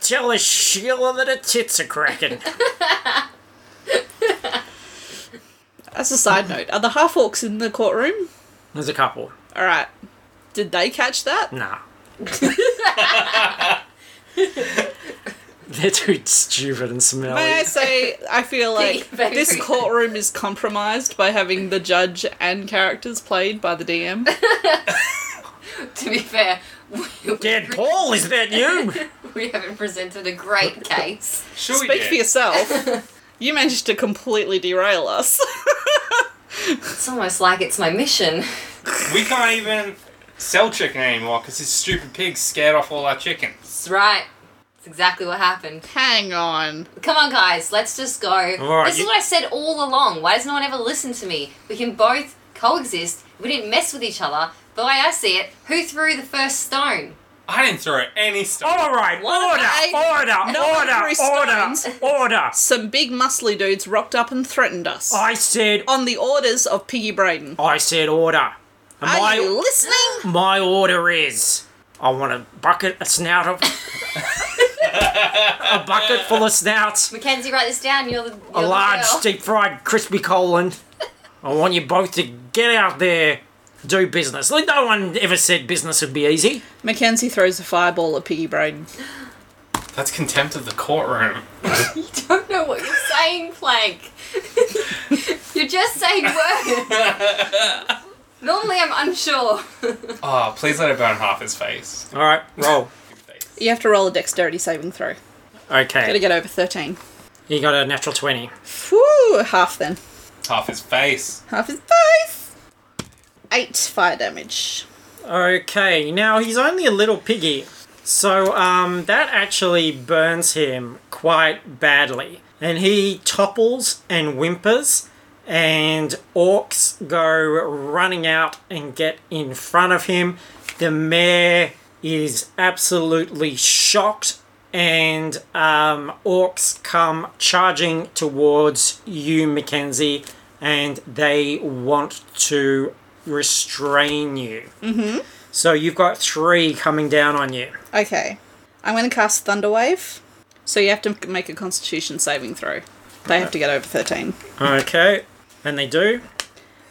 Speaker 2: tell a Sheila that her tits are cracking.
Speaker 3: As a side note, are the half orcs in the courtroom?
Speaker 2: There's a couple.
Speaker 3: All right. Did they catch that?
Speaker 2: Nah. They're too stupid and smelly.
Speaker 3: May I say, I feel like
Speaker 5: Very
Speaker 3: this
Speaker 5: good.
Speaker 3: courtroom is compromised by having the judge and characters played by the DM.
Speaker 5: To be fair, we,
Speaker 2: Dead Paul, is that you?
Speaker 5: we haven't presented a great case.
Speaker 4: sure we
Speaker 3: Speak for
Speaker 4: did.
Speaker 3: yourself. You managed to completely derail us.
Speaker 5: It's almost like it's my mission.
Speaker 4: We can't even sell chicken anymore because this stupid pig scared off all our chickens.
Speaker 5: That's right. That's exactly what happened.
Speaker 3: Hang on.
Speaker 5: Come on, guys, let's just go.
Speaker 2: right,
Speaker 5: this
Speaker 2: you-
Speaker 5: is what I said all along. Why does no one ever listen to me? We can both coexist. We didn't mess with each other. The way I see it, who threw the first stone?
Speaker 4: I didn't throw any stuff.
Speaker 2: All right,
Speaker 3: Hey,
Speaker 2: order,
Speaker 3: no one threw stones.
Speaker 2: order, order, order.
Speaker 3: Some big muscly dudes rocked up and threatened us.
Speaker 2: I said,
Speaker 3: on the orders of Piggy Braden.
Speaker 2: I said order. And
Speaker 3: Are
Speaker 2: my,
Speaker 3: you listening?
Speaker 2: my order is, I want a bucket, a snout of, a bucket full of snouts,
Speaker 5: Mackenzie, write this down. You're the. You're
Speaker 2: a
Speaker 5: the
Speaker 2: large
Speaker 5: girl.
Speaker 2: deep fried crispy colon. I want you both to get out there, do business. Like no one ever said business would be easy.
Speaker 3: Mackenzie throws a fireball at Piggy Braden.
Speaker 4: That's contempt of the courtroom.
Speaker 5: You don't know what you're saying, Plank. you're just saying words. Normally, I'm unsure.
Speaker 4: Oh, please let it burn half his face.
Speaker 2: All right, roll.
Speaker 4: Face.
Speaker 3: You have to roll a dexterity saving throw. Gotta
Speaker 2: Okay,
Speaker 3: get over 13.
Speaker 2: you got a natural twenty.
Speaker 3: Whew, half then.
Speaker 4: Half his face.
Speaker 3: Half his face. Eight fire damage.
Speaker 2: Okay, now he's only a little piggy. So um, that actually burns him quite badly. And he topples and whimpers, and orcs go running out and get in front of him. The mayor is absolutely shocked, and um, orcs come charging towards you, Mackenzie, and they want to restrain you. So you've got three coming down on you.
Speaker 3: Okay. I'm gonna cast Thunderwave. So you have to make a constitution saving throw. They have to get over 13.
Speaker 2: Okay. And they do.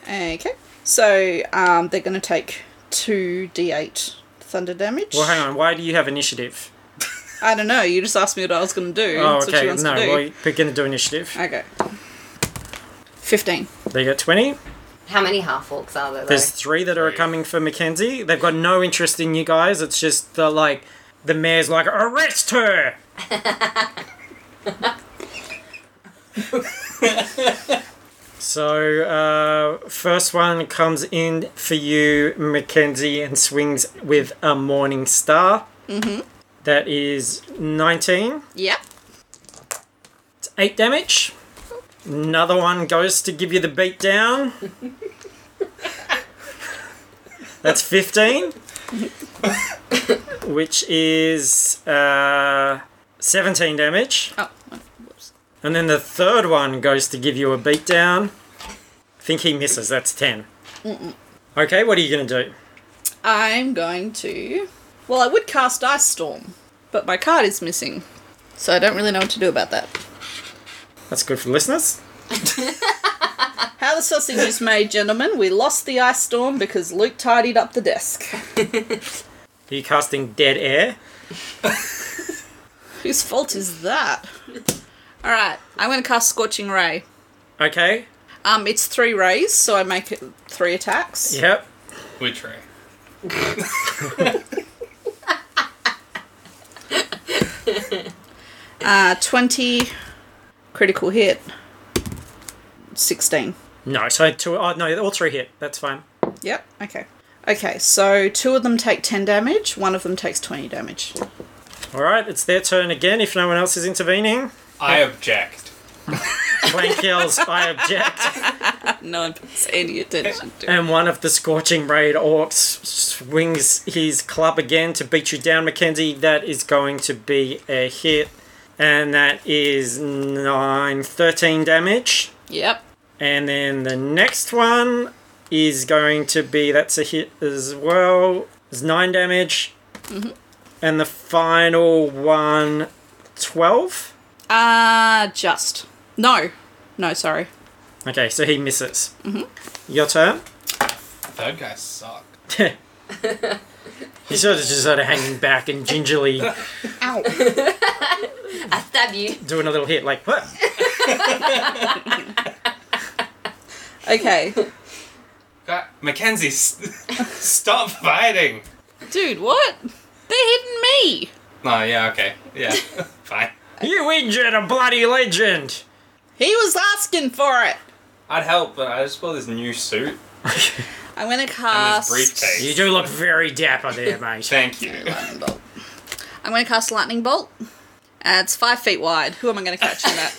Speaker 3: Okay. So um, they're gonna take 2d8 thunder damage.
Speaker 2: Well, hang on. Why do you have initiative?
Speaker 3: I don't know. You just asked me what I was going to do.
Speaker 2: Oh,
Speaker 3: That's what she
Speaker 2: okay.
Speaker 3: wants
Speaker 2: No,
Speaker 3: to do.
Speaker 2: well, we're going to do initiative.
Speaker 3: Okay. 15.
Speaker 2: They got 20.
Speaker 5: How many half orcs are there? Though?
Speaker 2: There's three that are coming for Mackenzie. They've got no interest in you guys. It's just the, like, the mayor's like, arrest her! so, uh, first one comes in for you, Mackenzie, and swings with a Morning Star. Mm-hmm. is 19.
Speaker 3: Yep.
Speaker 2: It's 8 damage. Another one goes to give you the beat down. That's 15. Which is uh, 17 damage.
Speaker 3: Oh, whoops.
Speaker 2: And then the third one goes to give you a beat down. I think he misses. That's 10. Okay, what are you going to do?
Speaker 3: I'm going to. Well, I would cast Ice Storm, but my card is missing. So I don't really know what to do about that.
Speaker 2: That's good for listeners.
Speaker 3: How the sausage is made, gentlemen. We lost the ice storm because Luke tidied up the desk.
Speaker 2: Are you casting dead air?
Speaker 3: Whose fault is that? All right, I'm going to cast Scorching Ray.
Speaker 2: Okay.
Speaker 3: Um, it's three rays, so I make it three attacks.
Speaker 2: Yep.
Speaker 4: Which ray?
Speaker 3: Uh, 20 critical hit. 16.
Speaker 2: No, so two. Oh no, all three hit. That's fine.
Speaker 3: Yep, okay. Okay, so two of them take 10 damage, one of them takes 20 damage.
Speaker 2: All right, it's their turn again. If no one else is intervening,
Speaker 4: I object.
Speaker 2: Blank yells, "I object!"
Speaker 3: No one pays any attention to
Speaker 2: And one of the scorching raid orcs swings his club again to beat you down, Mackenzie. That is going to be a hit, and that is nine, 13 damage.
Speaker 3: Yep.
Speaker 2: And then the next one is going to be that's a hit as well. It's nine damage. And the final one, 12.
Speaker 3: Uh, just. No. No, sorry.
Speaker 2: Okay, so he misses.
Speaker 3: Mm-hmm.
Speaker 2: Your turn.
Speaker 4: Third guy suck.
Speaker 2: He's sort of just sort of hanging back and gingerly
Speaker 3: Ow.
Speaker 5: I stab you.
Speaker 2: doing a little hit, like, what?
Speaker 3: Okay.
Speaker 4: God, Mackenzie, st- stop fighting.
Speaker 3: Dude, what? They're hitting me!
Speaker 4: Oh yeah, okay, yeah, fine.
Speaker 2: You injured a bloody legend!
Speaker 3: He was asking for it!
Speaker 4: I'd help, but I just bought this new suit
Speaker 3: I'm gonna
Speaker 4: and
Speaker 3: cast.
Speaker 4: this briefcase.
Speaker 2: Ah, You do look very dapper there, mate.
Speaker 4: Thank you.
Speaker 3: lightning bolt. I'm going to cast lightning bolt. Uh, it's five feet wide. Who am I going to catch in that?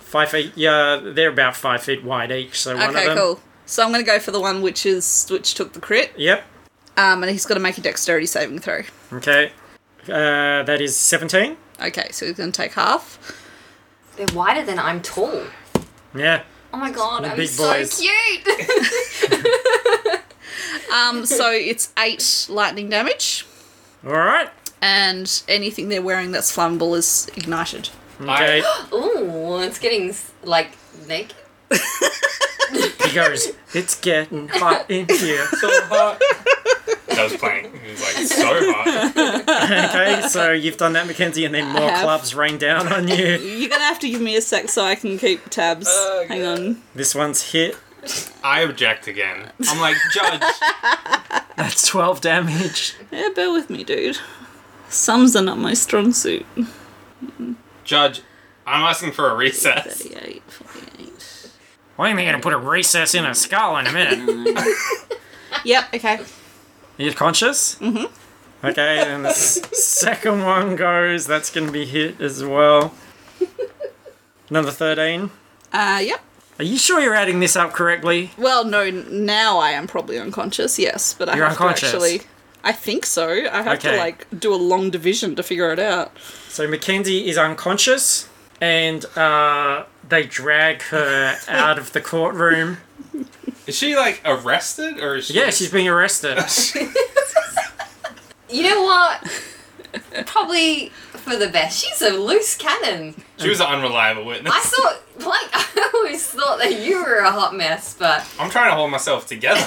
Speaker 2: Five feet, yeah, they're about five feet wide each, so one of
Speaker 3: okay,
Speaker 2: them.
Speaker 3: cool. So I'm going to go for the one which is which took the crit,
Speaker 2: Yep,
Speaker 3: um, and he's got to make a dexterity saving throw.
Speaker 2: okay. Uh, that is 17.
Speaker 3: Okay, so he's going to take half.
Speaker 5: They're wider than I'm tall.
Speaker 2: Yeah.
Speaker 5: Oh my god,
Speaker 2: The
Speaker 5: I'm
Speaker 2: big
Speaker 5: so
Speaker 2: boys.
Speaker 5: cute.
Speaker 3: Um, so it's eight lightning damage,
Speaker 2: Alright.
Speaker 3: and anything they're wearing that's flammable is ignited.
Speaker 2: Okay.
Speaker 5: Ooh, it's getting like naked.
Speaker 2: he goes, It's getting hot in here.
Speaker 4: so hot. That was playing. It was like so hot.
Speaker 2: Okay, so you've done that, Mackenzie, and then more
Speaker 3: have.
Speaker 2: clubs rain down on you.
Speaker 3: You're going to have to give me a sec so I can keep tabs.
Speaker 4: Oh,
Speaker 3: Hang
Speaker 4: God.
Speaker 3: on.
Speaker 2: This one's hit.
Speaker 4: I object again. I'm like judge.
Speaker 2: That's 12 damage.
Speaker 3: Yeah, bear with me, dude. Sums are not my strong suit.
Speaker 4: Judge, I'm asking for a recess.
Speaker 3: 38, 48.
Speaker 2: Why am I going to put a recess in a skull in a minute?
Speaker 3: Yep, okay.
Speaker 2: You're conscious? Mm hmm. Okay, and the s- second one goes. That's going to be hit as well. Another 13.
Speaker 3: Uh, yep.
Speaker 2: Are you sure you're adding this up correctly?
Speaker 3: Well, no, n- now I am probably unconscious, yes, but I
Speaker 2: You're
Speaker 3: have
Speaker 2: unconscious?
Speaker 3: to actually. I think so. I have
Speaker 2: Okay.
Speaker 3: to, like, do a long division to figure it out.
Speaker 2: So Mackenzie is unconscious, and uh, they drag her out of the courtroom.
Speaker 4: Is she like arrested or is she?
Speaker 2: Yeah, she's being arrested.
Speaker 5: You know what? Probably for the best. She's a loose cannon.
Speaker 4: She was an unreliable witness.
Speaker 5: I thought, like, I always thought that you were a hot mess, but
Speaker 4: I'm trying to hold myself together.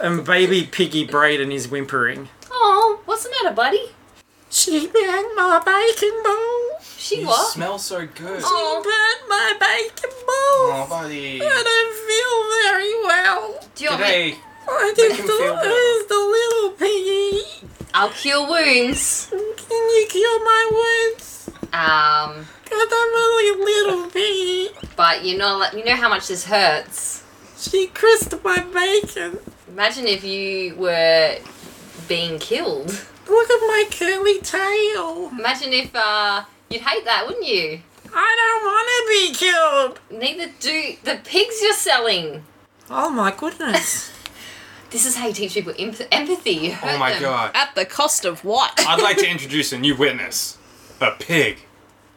Speaker 2: And baby Piggy Braden is whimpering.
Speaker 5: oh, what's the matter, buddy?
Speaker 2: She burned my bacon balls.
Speaker 5: She what?
Speaker 4: smell so good. Oh,
Speaker 5: Oh,
Speaker 2: Burned my bacon balls.
Speaker 4: buddy.
Speaker 2: I don't feel very well.
Speaker 5: do you want me?
Speaker 4: Today,
Speaker 2: I
Speaker 4: just him feel thought better. it
Speaker 2: the little piggy.
Speaker 5: I'll cure wounds.
Speaker 2: Can you cure my wounds?
Speaker 5: Um,
Speaker 2: Cause I'm only little piggy.
Speaker 5: but you know, like, you know how much this hurts.
Speaker 2: She crisped my bacon.
Speaker 5: Imagine if you were being killed.
Speaker 2: Look at my curly tail.
Speaker 5: Imagine if uh, you'd hate that, wouldn't you?
Speaker 2: I don't want to be killed.
Speaker 5: Neither do the pigs you're selling.
Speaker 2: Oh my goodness.
Speaker 5: This is how you teach people emp- empathy. You hurt
Speaker 4: oh my
Speaker 5: them.
Speaker 4: god.
Speaker 3: At the cost of what?
Speaker 4: I'd like to introduce a new witness. A pig.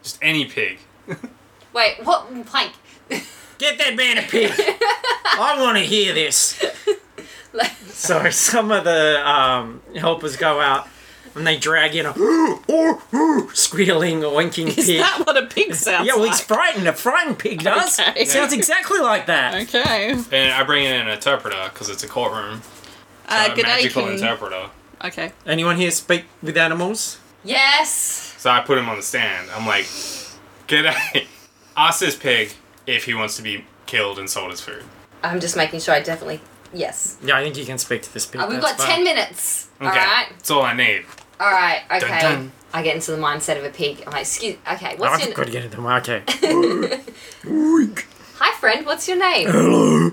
Speaker 4: Just any pig.
Speaker 5: Wait, what? Plank.
Speaker 2: Get that man a pig. I want to hear this.
Speaker 5: Like,
Speaker 2: So some of the um, helpers go out and they drag in a squealing, oinking
Speaker 3: Is
Speaker 2: pig.
Speaker 3: that what a pig sounds
Speaker 2: yeah, well,
Speaker 3: like?
Speaker 2: he's frightened. A frightened pig does.
Speaker 3: Okay.
Speaker 2: It sounds exactly like that.
Speaker 3: Okay.
Speaker 4: And I bring in an interpreter because it's a courtroom.
Speaker 3: Uh,
Speaker 4: a
Speaker 3: G'day
Speaker 4: magical
Speaker 3: can-
Speaker 4: interpreter.
Speaker 3: Okay.
Speaker 2: Anyone here speak with animals?
Speaker 5: Yes.
Speaker 4: So I put him on the stand. I'm like, G'day. Ask this pig if he wants to be killed and sold as food.
Speaker 5: I'm just making sure I definitely. Yes.
Speaker 2: Yeah, I think you can speak to this pig.
Speaker 5: Uh, we've
Speaker 2: that's
Speaker 5: got 10
Speaker 2: fine.
Speaker 5: minutes.
Speaker 4: Okay.
Speaker 5: All right.
Speaker 4: That's all I need.
Speaker 5: All right. Okay.
Speaker 4: dun.
Speaker 5: I get into the mindset of a pig. I'm like, excuse. Okay.
Speaker 2: Oh,
Speaker 5: What's
Speaker 2: I've
Speaker 5: your.
Speaker 2: got to get into the market.
Speaker 5: Hi, friend. What's your name?
Speaker 2: Hello.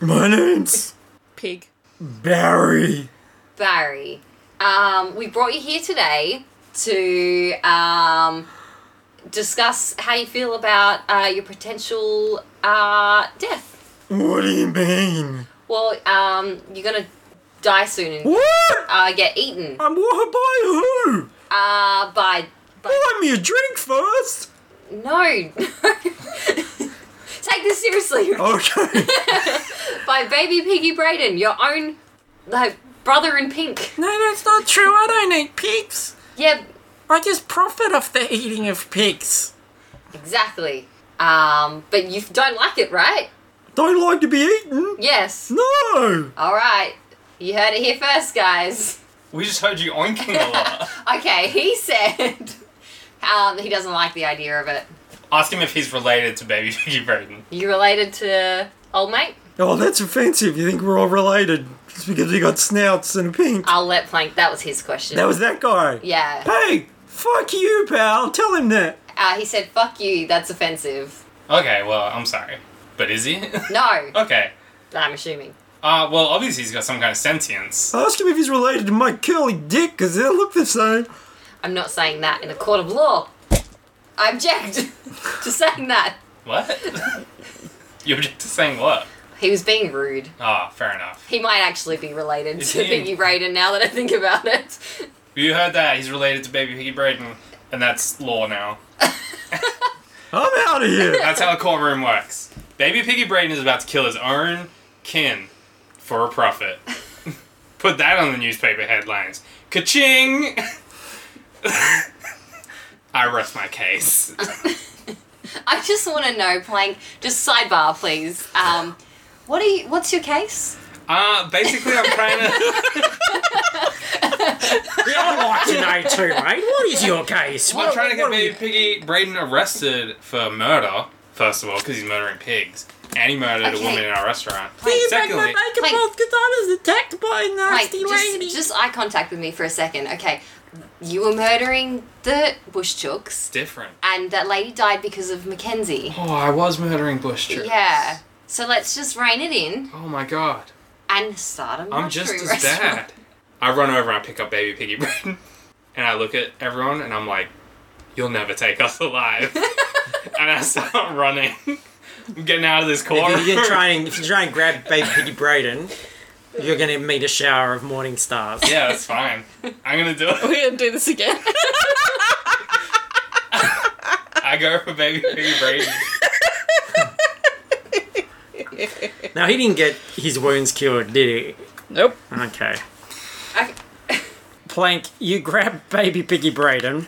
Speaker 2: My name's
Speaker 3: Pig.
Speaker 2: Barry.
Speaker 5: Barry. Um, we brought you here today to um, discuss how you feel about uh, your potential uh, death.
Speaker 2: What do you mean?
Speaker 5: Well, um, you're gonna die soon and
Speaker 2: What?
Speaker 5: uh, get eaten
Speaker 2: I'm what by who?
Speaker 5: uh, by. by
Speaker 2: Buy me a drink first.
Speaker 5: no. Take this seriously.
Speaker 2: Oh. Okay.
Speaker 5: By baby piggy Braden, your own like brother in pink.
Speaker 2: no, that's not true. I don't eat pigs.
Speaker 5: Yeah,
Speaker 2: I just profit off the eating of pigs.
Speaker 5: exactly. Um, but you don't like it, right?
Speaker 2: Don't like to be eaten.
Speaker 5: Yes.
Speaker 2: No.
Speaker 5: All right. You heard it here first, guys.
Speaker 4: We just heard you oinking a lot.
Speaker 5: Okay, he said um, he doesn't like the idea of it.
Speaker 4: Ask him if he's related to Baby Piggy Braden.
Speaker 5: You related to old mate?
Speaker 2: Oh, that's offensive. You think we're all related just because we got snouts and a pink?
Speaker 5: I'll let Plank. That was his question.
Speaker 2: That was that guy.
Speaker 5: yeah.
Speaker 2: Hey, fuck you, pal. Tell him that.
Speaker 5: Uh, he said, "Fuck you. That's offensive."
Speaker 4: Okay, well, I'm sorry. But is he?
Speaker 5: No,
Speaker 4: okay.
Speaker 5: I'm assuming.
Speaker 4: Uh, well, obviously he's got some kind of sentience.
Speaker 2: Ask him if he's related to my curly dick, because they look the same.
Speaker 5: I'm not saying that in a court of law. I object to saying that.
Speaker 4: What? you object to saying what?
Speaker 5: He was being rude.
Speaker 4: Ah, fair enough.
Speaker 5: He might actually be related
Speaker 4: Is
Speaker 5: to
Speaker 4: he?
Speaker 5: Biggie Braden now that I think about it.
Speaker 4: You heard that. He's related to Baby Piggy Braden, and that's law now.
Speaker 2: I'm out of here.
Speaker 4: That's how the courtroom works. Baby Piggy Braden is about to kill his own kin for a profit. Put that on the newspaper headlines. Ka-ching! I rest my case.
Speaker 5: I just want to know, Plank. Just sidebar, please. Um, what are you? What's your case?
Speaker 4: Uh, basically, I'm trying to.
Speaker 2: I'd like to know Oh, too, mate. What is your case?
Speaker 4: I'm trying to get Baby Piggy Braden arrested for murder, first of all, because he's murdering pigs. And he murdered
Speaker 5: Okay.
Speaker 4: a woman in our restaurant.
Speaker 2: You make my
Speaker 4: Secondly,
Speaker 2: bacon
Speaker 5: Wait.
Speaker 2: balls because I was attacked by a
Speaker 5: Wait,
Speaker 2: nasty lady.
Speaker 5: just, just eye contact with me for a second. Okay, you were murdering the bush chooks,
Speaker 4: it's different.
Speaker 5: and that lady died because of Mackenzie.
Speaker 4: Oh, I was murdering Bush Church.
Speaker 5: Yeah. So let's just rein it in
Speaker 4: Oh my god.
Speaker 5: and start a mushroom
Speaker 4: I'm just as
Speaker 5: restaurant.
Speaker 4: bad. I run over and I pick up baby piggy brain, and I look at everyone and I'm like, "You'll never take us alive." and I start running. I'm getting out of this car.
Speaker 2: If you, you try and, if you try and grab Baby Piggy Braden, you're going to meet a shower of morning stars.
Speaker 4: yeah, that's fine. I'm gonna do it.
Speaker 3: We're gonna do this again.
Speaker 4: I go for baby piggy brain.
Speaker 2: Now, he didn't get his wounds cured, did
Speaker 3: nope.
Speaker 2: he? Okay.
Speaker 5: Okay.
Speaker 2: Plank, you grab Baby Piggy Braden.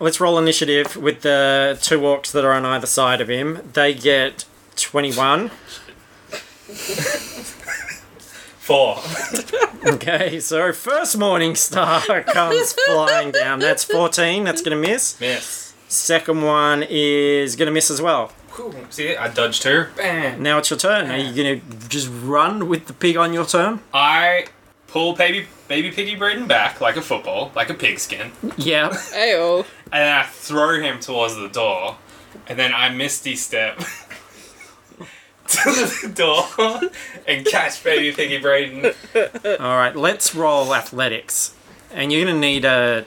Speaker 2: Let's roll initiative with the two orcs that are on either side of him. They get 21.
Speaker 4: Four.
Speaker 2: Okay, so first Morning Star comes flying down. That's 14. That's going to miss.
Speaker 4: Miss.
Speaker 2: Second one is going to miss as well.
Speaker 4: Cool. See it? I dodged two. Bam.
Speaker 2: Now it's your turn. Are you going to just run with the pig on your turn?
Speaker 4: I pull baby baby piggy brain back like a football, like a pigskin.
Speaker 2: Yeah.
Speaker 3: Ayo.
Speaker 4: and then I throw him towards the door, and then I misty step to the door and catch baby piggy Braden.
Speaker 2: All right, let's roll athletics. And you're going to need a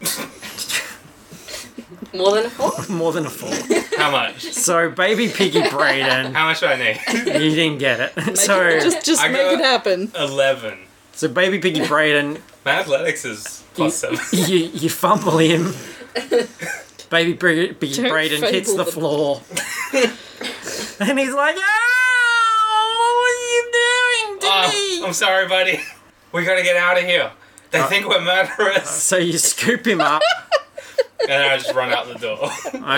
Speaker 5: More than a four.
Speaker 2: more than a four.
Speaker 4: How much?
Speaker 2: So, baby piggy Braden,
Speaker 4: How much do I need?
Speaker 2: you didn't get it. So,
Speaker 3: just just
Speaker 4: I
Speaker 3: make it
Speaker 4: got-
Speaker 3: happen.
Speaker 4: Eleven.
Speaker 2: so baby piggy Braden,
Speaker 4: My athletics is plus seven.
Speaker 2: you, you fumble him. Baby Bri- piggy
Speaker 3: Don't
Speaker 2: Braden hits
Speaker 3: fumble
Speaker 2: the
Speaker 3: the-
Speaker 2: floor, and he's like, "Ow! What are you doing to
Speaker 4: Oh,
Speaker 2: me?"
Speaker 4: I'm sorry, buddy. We gotta get out of here. They think we're murderers.
Speaker 2: So you scoop him up.
Speaker 4: and then I just run out the door.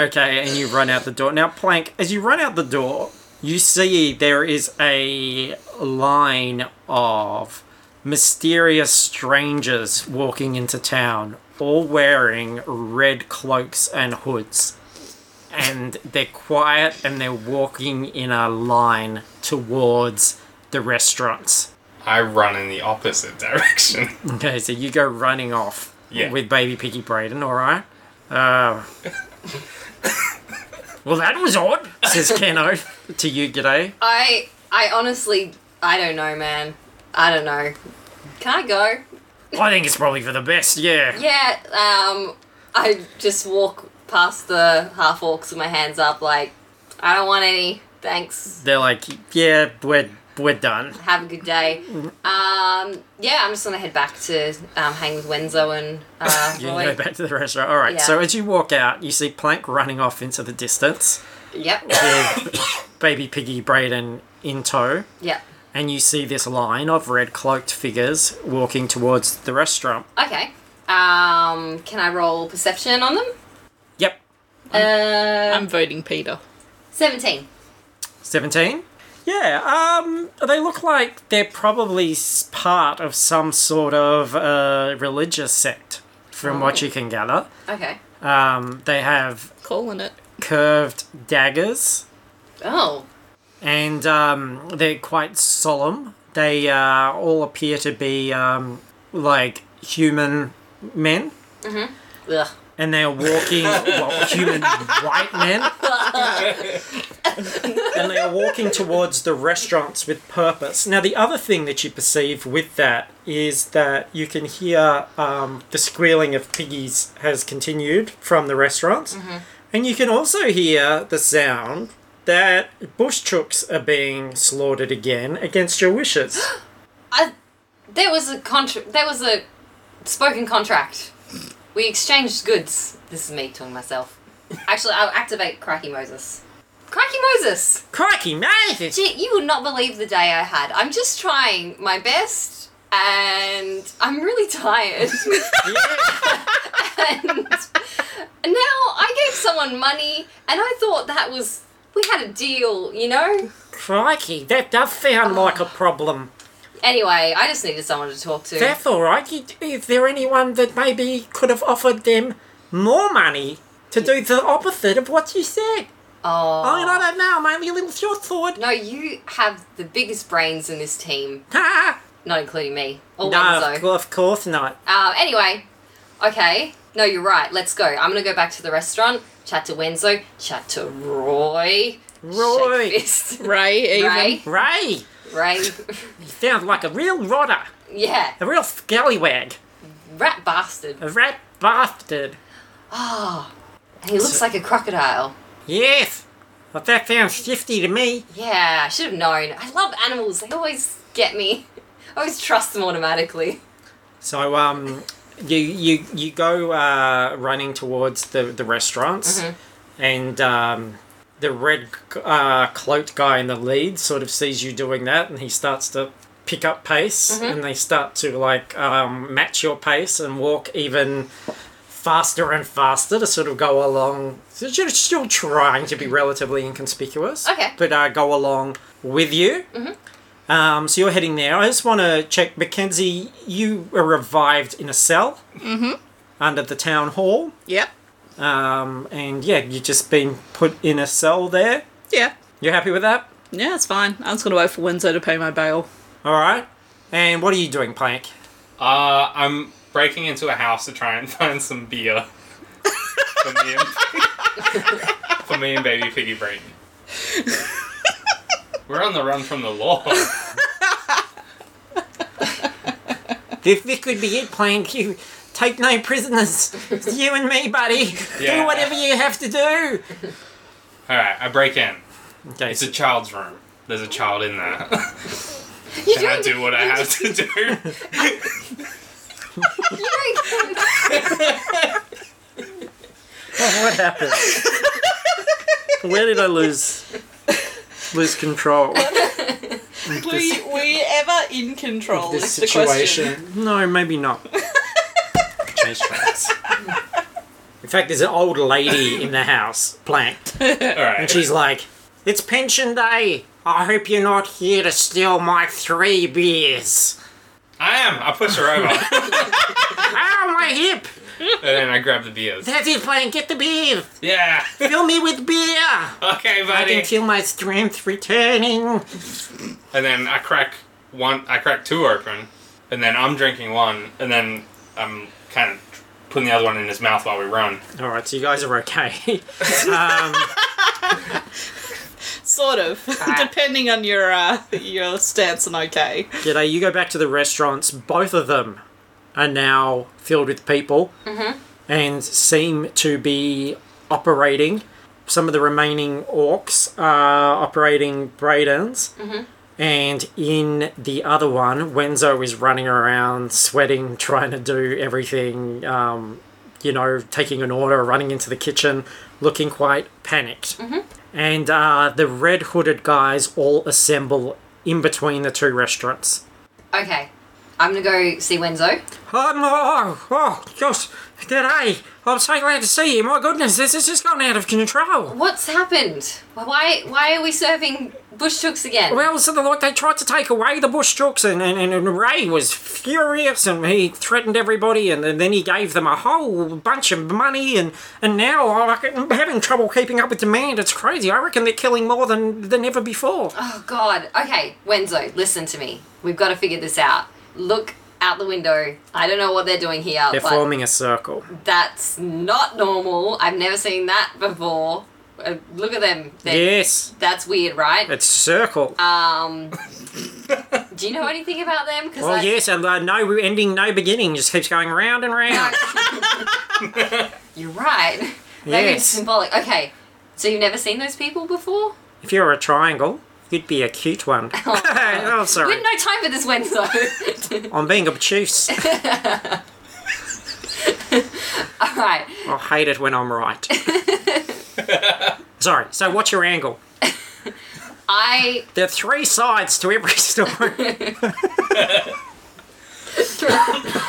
Speaker 2: Okay, and you run out the door. Now, Plank, as you run out the door, you see there is a line of mysterious strangers walking into town, all wearing red cloaks and hoods. And they're quiet and they're walking in a line towards the restaurants.
Speaker 4: I run in the opposite direction.
Speaker 2: Okay, so you go running off
Speaker 4: Yeah.
Speaker 2: with baby piggy Braden, all right? Uh, well, that was odd, says Keno to you, G'day.
Speaker 5: I I honestly I don't know, man. I don't know. Can I go?
Speaker 2: I think it's probably for the best, yeah.
Speaker 5: Yeah. Um, I just walk past the half orcs with my hands up, like I don't want any. Thanks.
Speaker 2: They're like, yeah, we're, we're done.
Speaker 5: Have a good day. Um, yeah, I'm just gonna head back to um, hang with Wenzo and uh,
Speaker 2: You
Speaker 5: Roy.
Speaker 2: go back to the restaurant. All right,
Speaker 5: Yeah.
Speaker 2: so as you walk out, you see Plank running off into the distance
Speaker 5: Yep.
Speaker 2: with baby piggy Braden in tow.
Speaker 5: yep.
Speaker 2: And you see this line of red cloaked figures walking towards the restaurant.
Speaker 5: Okay. Um, can I roll perception on them?
Speaker 2: Yep, Um,
Speaker 5: Uh,
Speaker 3: I'm voting Peter.
Speaker 5: seventeen.
Speaker 2: 17 yeah um they look like they're probably s- part of some sort of uh, religious sect from what you can gather
Speaker 5: Okay.
Speaker 2: um they have
Speaker 3: Calling it.
Speaker 2: curved daggers
Speaker 5: Oh.
Speaker 2: and um they're quite solemn they uh, all appear to be um like human men
Speaker 5: Ugh.
Speaker 2: and they are walking well, human white men and they are walking towards the restaurants with purpose now the other thing that you perceive with that is that you can hear um, the squealing of piggies has continued from the restaurants and you can also hear the sound that bush chooks are being slaughtered again against your wishes
Speaker 5: I, there was a contract. There was a spoken contract. We exchanged goods. This is me talking to myself. Actually, I'll activate Cracky Moses. Cracky Moses!
Speaker 2: crikey mate
Speaker 5: Gee, you would not believe the day I had. I'm just trying my best, and I'm really tired. and now I gave someone money, and I thought that was. We had a deal, you know?
Speaker 2: crikey that does sound like a problem
Speaker 5: Anyway, I just needed someone to talk to.
Speaker 2: That's all right. You- Is there anyone that maybe could have offered them more money to do the opposite of what you said?
Speaker 5: Oh.
Speaker 2: I mean, I don't know. I'm only a little short sword.
Speaker 5: No, you have the biggest brains in this team,
Speaker 2: Ha!
Speaker 5: not including me. Or
Speaker 2: no, of,
Speaker 5: Wenzo.
Speaker 2: cou- of course not.
Speaker 5: Uh, anyway, okay. No, you're right. Let's go. I'm gonna go back to the restaurant, chat to Wenzo, chat to Roy.
Speaker 2: Roy.
Speaker 5: Shake fist.
Speaker 3: Ray, even.
Speaker 5: Ray.
Speaker 2: Ray,
Speaker 5: Ray.
Speaker 2: you sound like a real rotter,
Speaker 5: yeah.
Speaker 2: a real scallywag,
Speaker 5: Rat bastard.
Speaker 2: a rat bastard.
Speaker 5: And he looks like a crocodile.
Speaker 2: Yes, well, that sounds shifty to me.
Speaker 5: Yeah, I should have known. I love animals. They always get me. I always trust them automatically.
Speaker 2: So, um, you you you go uh, running towards the the restaurants, and um, the red uh, cloaked guy in the lead sort of sees you doing that, and he starts to pick up pace, and they start to like um, match your pace and walk even faster and faster to sort of go along. So you're still trying to be relatively inconspicuous,
Speaker 5: Okay.
Speaker 2: but uh, go along with you. Um, so you're heading there. I just want to check, Mackenzie. You were revived in a cell under the town hall,
Speaker 3: Yep.
Speaker 2: um, and yeah, you've just been put in a cell there.
Speaker 3: Yeah.
Speaker 2: You're happy with that?
Speaker 3: Yeah, it's fine. I'm just gonna wait for Windsor to pay my bail.
Speaker 2: All right. And what are you doing, Plank?
Speaker 4: Uh, I'm breaking into a house to try and find some beer for me and, for me and baby piggy brain. We're on the run from the law.
Speaker 2: This, this could be it, Plank. You take no prisoners. It's you and me, buddy. Do
Speaker 4: Yeah.
Speaker 2: whatever you have to do.
Speaker 4: All right, I break in.
Speaker 2: Okay.
Speaker 4: It's a child's room. There's a child in there.
Speaker 5: You're
Speaker 4: Can I
Speaker 5: doing-
Speaker 4: do what I have to do?
Speaker 5: You're doing-
Speaker 2: what happened? Where did I lose lose control?
Speaker 3: We we ever in control
Speaker 2: this
Speaker 3: is the question.
Speaker 2: situation. No, maybe not. change tracks. In fact, there's an old lady in the house, Plank,
Speaker 4: All right.
Speaker 2: and she's like, It's pension day. I hope you're not here to steal my three beers.
Speaker 4: I am. I push her over, and
Speaker 2: Ow, my hip!
Speaker 4: then I grab the beers.
Speaker 2: That's it, Plank, get the beer!
Speaker 4: Yeah.
Speaker 2: Fill me with beer!
Speaker 4: Okay,
Speaker 2: I
Speaker 4: buddy.
Speaker 2: can feel my strength returning.
Speaker 4: and then I crack one. I crack two open, and then I'm drinking one, and then I'm kind of putting the other one in his mouth while we run.
Speaker 2: All right, so you guys are okay.
Speaker 3: Sort of,
Speaker 4: Ah.
Speaker 3: depending on your uh, your stance and okay.
Speaker 2: G'day, you go back to the restaurants. Both of them are now filled with people and seem to be operating. Some of the remaining orcs are operating Braden's. And in the other one, Wenzo is running around, sweating, trying to do everything, um, you know, taking an order, running into the kitchen, looking quite panicked and uh, the red hooded guys all assemble in between the two restaurants.
Speaker 5: Okay. I'm gonna go see Wenzo.
Speaker 2: Oh, no, oh, oh, gosh, g'day. I'm so glad to see you. My goodness, this is just gone out of control.
Speaker 5: What's happened? Why why are we serving bush chooks again?
Speaker 2: Well, so the, like, they tried to take away the bush jokes, and, and, and Ray was furious, and he threatened everybody, and, then- then he gave them a whole bunch of money, and, and now like, I'm having trouble keeping up with demand. It's crazy. I reckon they're killing more than, than ever before.
Speaker 5: oh god. Okay, Wenzo, listen to me. We've gotta figure this out. Look out the window. I don't know what they're doing here,
Speaker 2: They're
Speaker 5: but
Speaker 2: forming a circle.
Speaker 5: that's not normal. I've never seen that before. Uh, look at them. They're-
Speaker 2: Yes,
Speaker 5: That's weird, right?
Speaker 2: it's circle.
Speaker 5: Um, do you know anything about them? Because
Speaker 2: Oh
Speaker 5: I,
Speaker 2: yes, and uh, no ending, no beginning, just keeps going round and round.
Speaker 5: you're right. Maybe
Speaker 2: Yes.
Speaker 5: it's symbolic. Okay, so you've never seen those people before?
Speaker 2: if you were a triangle, you'd be a cute one. oh,
Speaker 5: We
Speaker 2: sorry,
Speaker 5: had no time for this Wenzo.
Speaker 2: I'm being obtuse.
Speaker 5: All right.
Speaker 2: I hate it when I'm right. sorry. So, what's your angle?
Speaker 5: I
Speaker 2: There are three sides to every story.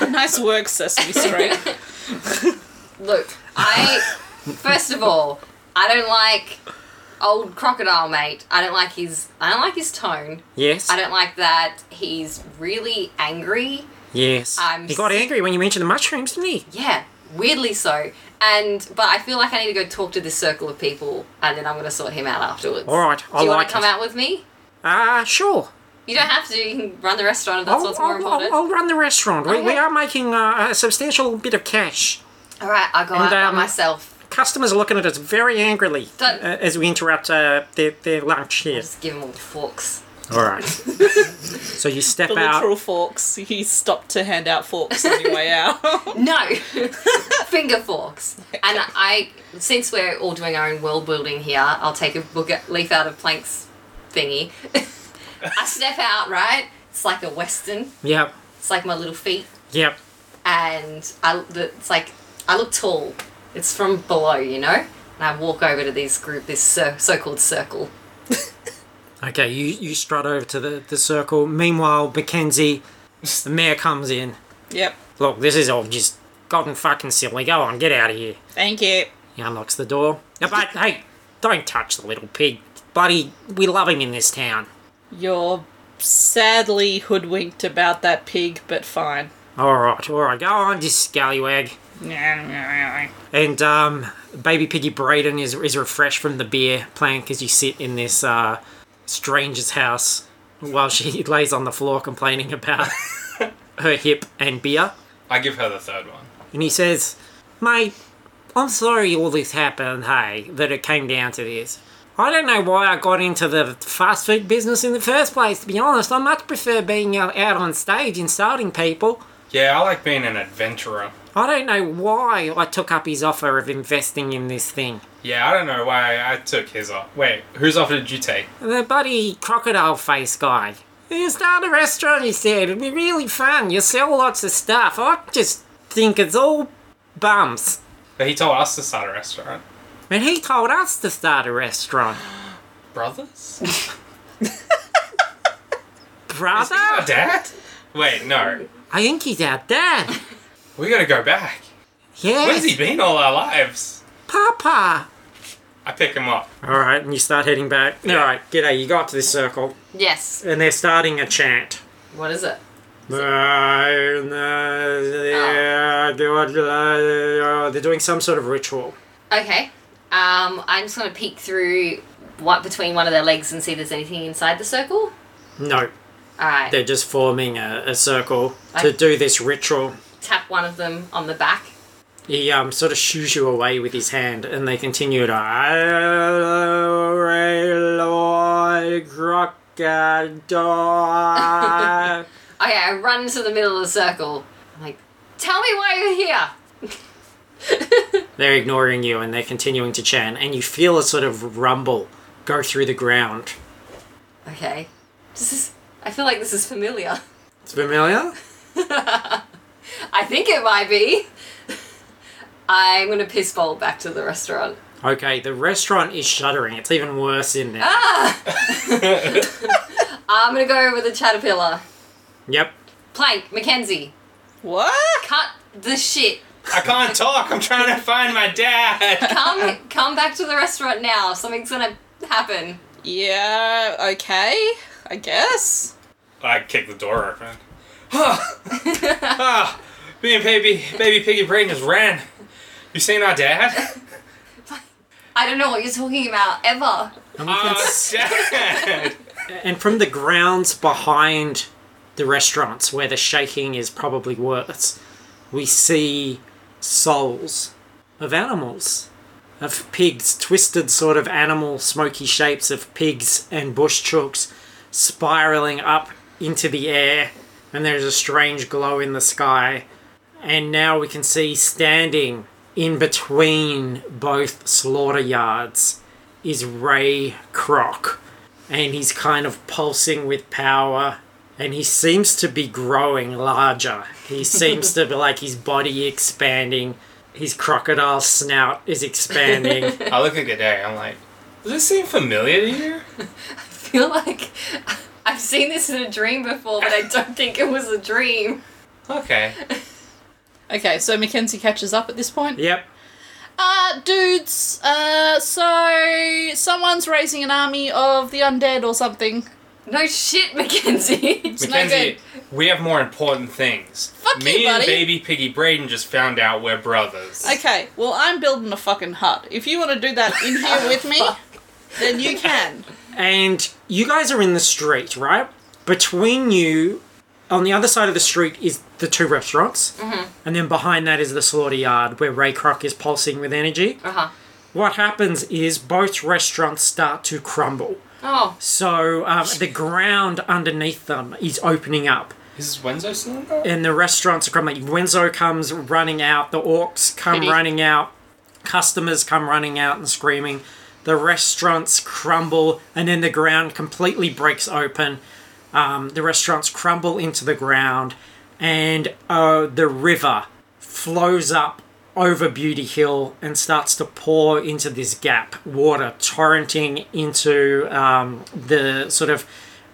Speaker 3: Nice work, Sesame Street.
Speaker 5: look. I first of all, I don't like old crocodile mate. I don't like his. I don't like his tone.
Speaker 2: yes.
Speaker 5: I don't like that he's really angry.
Speaker 2: yes.
Speaker 5: I'm
Speaker 2: he got
Speaker 5: s-
Speaker 2: angry when you mentioned the mushrooms, didn't he?
Speaker 5: Yeah, weirdly so. And but I feel like I need to go talk to this circle of people, and then I'm gonna sort him out afterwards.
Speaker 2: All right,
Speaker 5: Do
Speaker 2: I
Speaker 5: you want
Speaker 2: like
Speaker 5: to come
Speaker 2: it.
Speaker 5: out with me?
Speaker 2: Ah, sure.
Speaker 5: You don't have to. You can run the restaurant if that's
Speaker 2: I'll,
Speaker 5: what's more
Speaker 2: I'll,
Speaker 5: important.
Speaker 2: I'll, I'll run the restaurant. We, we
Speaker 5: Okay.
Speaker 2: are making uh, a substantial bit of cash.
Speaker 5: All right, I'll go
Speaker 2: And,
Speaker 5: out
Speaker 2: um,
Speaker 5: by myself.
Speaker 2: Customers are looking at us very angrily
Speaker 5: Don't-
Speaker 2: uh, as we interrupt uh, their, their lunch here.
Speaker 5: Just give him all the forks.
Speaker 2: All right. so you step
Speaker 3: The literal
Speaker 2: out.
Speaker 3: forks. He stopped to hand out forks on your way out.
Speaker 5: No, finger forks. And I, since we're all doing our own world building here, I'll take a book leaf out of Plank's thingy. I step out. Right, it's like a western.
Speaker 2: Yep.
Speaker 5: It's like my little feet.
Speaker 2: Yep.
Speaker 5: and I, the- it's like I look tall. It's from below, you know. And I walk over to this group, this cir- so-called circle.
Speaker 2: Okay, you, you strut over to the, the circle. Meanwhile, Mackenzie, the mayor comes in.
Speaker 3: yep.
Speaker 2: Look, this is all just gotten fucking silly. Go on, get out of here.
Speaker 3: Thank you.
Speaker 2: He unlocks the door. No, but hey, don't touch the little pig. Bloody, we love him in this town.
Speaker 3: You're sadly hoodwinked about that pig, but fine.
Speaker 2: All right, all right, go on, just scallywag. And um, baby piggy Braden is, is refreshed from the beer plank as you sit in this uh, stranger's house while she lays on the floor complaining about her hip and beer.
Speaker 4: I give her the third one.
Speaker 2: And he says, Mate, I'm sorry all this happened, hey, that it came down to this. I don't know why I got into the fast food business in the first place, to be honest. I much prefer being out out on stage insulting people.
Speaker 4: Yeah, I like being an adventurer.
Speaker 2: I don't know why I took up his offer of investing in this thing.
Speaker 4: Yeah, I don't know why I took his off. Wait, whose offer did you take?
Speaker 2: The buddy crocodile face guy. You start a restaurant, he said. It'd be really fun. You sell lots of stuff. I just think it's all bums.
Speaker 4: But he told us to start a restaurant.
Speaker 2: And he told us to start a restaurant.
Speaker 4: Brothers?
Speaker 2: Brother?
Speaker 4: Our Ah, dad? Wait, no.
Speaker 2: I think he's our dad.
Speaker 4: We gotta go back.
Speaker 2: Yes.
Speaker 4: Where's he been all our lives?
Speaker 2: Papa.
Speaker 4: I pick him up.
Speaker 2: All right, and you start heading back.
Speaker 4: Yeah.
Speaker 2: All right, g'day. You got to this circle,
Speaker 5: Yes.
Speaker 2: and they're starting a chant.
Speaker 5: What is it?
Speaker 2: uh, They're doing some sort of ritual.
Speaker 5: Okay. Um, I'm just gonna peek through what between one of their legs and see if there's anything inside the circle.
Speaker 2: No,
Speaker 5: All right.
Speaker 2: they're just forming a, a circle to
Speaker 5: I-
Speaker 2: do this ritual.
Speaker 5: Tap one of them on the back.
Speaker 2: He um, sort of shoos you away with his hand, and they continue to. All
Speaker 5: Okay, I run to the middle of the circle. I'm like, tell me why you're here.
Speaker 2: They're ignoring you and they're continuing to chant, and you feel a sort of rumble go through the ground.
Speaker 5: Okay. This is. I feel like this is familiar.
Speaker 2: It's familiar?
Speaker 5: I think it might be. I'm gonna piss bowl back to the restaurant.
Speaker 2: Okay, the restaurant is shuddering. It's even worse in there.
Speaker 5: I'm gonna go with the caterpillar.
Speaker 2: Yep.
Speaker 5: Plank, Mackenzie,
Speaker 3: What?
Speaker 5: cut the shit.
Speaker 4: I can't talk. I'm trying to find my dad.
Speaker 5: Come, come back to the restaurant now. Something's gonna happen.
Speaker 3: Yeah, okay, I guess.
Speaker 4: I kick the door open. Ah, ah, me and baby, baby piggy brain just ran. You seen our dad?
Speaker 5: I don't know what you're talking about ever.
Speaker 2: And, we can
Speaker 4: Our
Speaker 2: s-
Speaker 4: dad.
Speaker 2: and from the grounds behind the restaurants, where the shaking is probably worse, we see souls of animals, of pigs, twisted sort of animal, smoky shapes of pigs and bush chooks spiraling up into the air, and there's a strange glow in the sky. And now we can see standing in between both slaughter yards is Ray Kroc. And he's kind of pulsing with power. And he seems to be growing larger. He seems to be like his body expanding. His crocodile snout is expanding.
Speaker 4: I look at G'day. I'm like, does this seem familiar to you?
Speaker 5: I feel like I've seen this in a dream before, but I don't think it was a dream.
Speaker 4: Okay.
Speaker 3: Okay, so Mackenzie catches up at this point.
Speaker 2: yep.
Speaker 3: Uh, dudes, uh, so someone's raising an army of the undead or something.
Speaker 5: No shit, Mackenzie.
Speaker 3: no
Speaker 4: Mackenzie, we have more important things.
Speaker 3: Fuck
Speaker 4: Me
Speaker 3: you,
Speaker 4: and
Speaker 3: buddy.
Speaker 4: baby piggy Braden just found out we're brothers.
Speaker 3: Okay, well, I'm building a fucking hut. If you want to do that in here with me, then you can.
Speaker 2: and you guys are in the street, right? Between you, on the other side of the street is the two restaurants, and then behind that is the slaughter yard where Ray Kroc is pulsing with energy.
Speaker 5: Uh huh.
Speaker 2: What happens is both restaurants start to crumble.
Speaker 5: Oh,
Speaker 2: So um, the ground underneath them is opening up,
Speaker 4: Is Wenzo still in there?
Speaker 2: and the restaurants are crumbling. Wenzo comes running out, the orcs come
Speaker 3: Pity.
Speaker 2: running out, customers come running out and screaming. The restaurants crumble, and then the ground completely breaks open. Um, the restaurants crumble into the ground, and uh, the river flows up over Beauty Hill and starts to pour into this gap, water torrenting into um, the sort of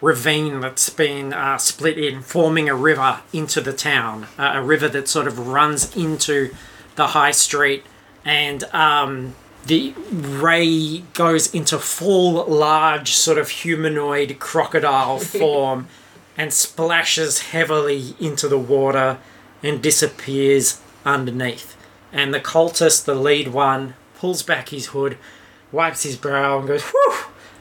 Speaker 2: ravine that's been uh, split in, forming a river into the town, uh, a river that sort of runs into the high street and um, the ray goes into full large sort of humanoid crocodile form and splashes heavily into the water and disappears underneath and the cultist the lead one pulls back his hood wipes his brow and goes whew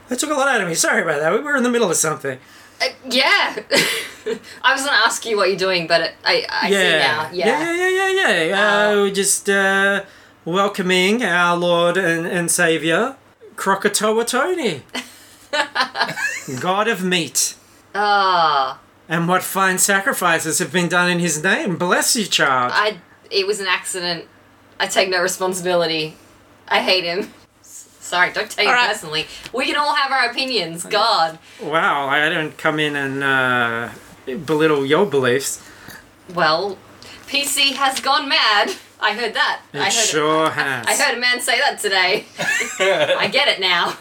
Speaker 2: that took a lot out of me sorry about that we were in the middle of something
Speaker 5: uh, yeah. I was gonna ask you what you're doing, but it, I I see now.
Speaker 2: yeah, yeah, yeah, yeah. yeah. Uh,
Speaker 5: Uh,
Speaker 2: we're just uh, welcoming our Lord and, and Savior, Krakatoa Tony, God of meat,
Speaker 5: Ah,
Speaker 2: and what fine sacrifices have been done in His name. Bless you, child.
Speaker 5: I. It was an accident. I take no responsibility. I hate him. S- Sorry, don't take
Speaker 3: All
Speaker 5: it
Speaker 3: right.
Speaker 5: personally. We can all have our opinions. God.
Speaker 2: wow, I don't come in and uh, belittle your beliefs.
Speaker 5: Well, PC has gone mad. I heard that.
Speaker 2: It
Speaker 5: I heard
Speaker 2: sure has.
Speaker 5: I heard a man say that today. I get it now.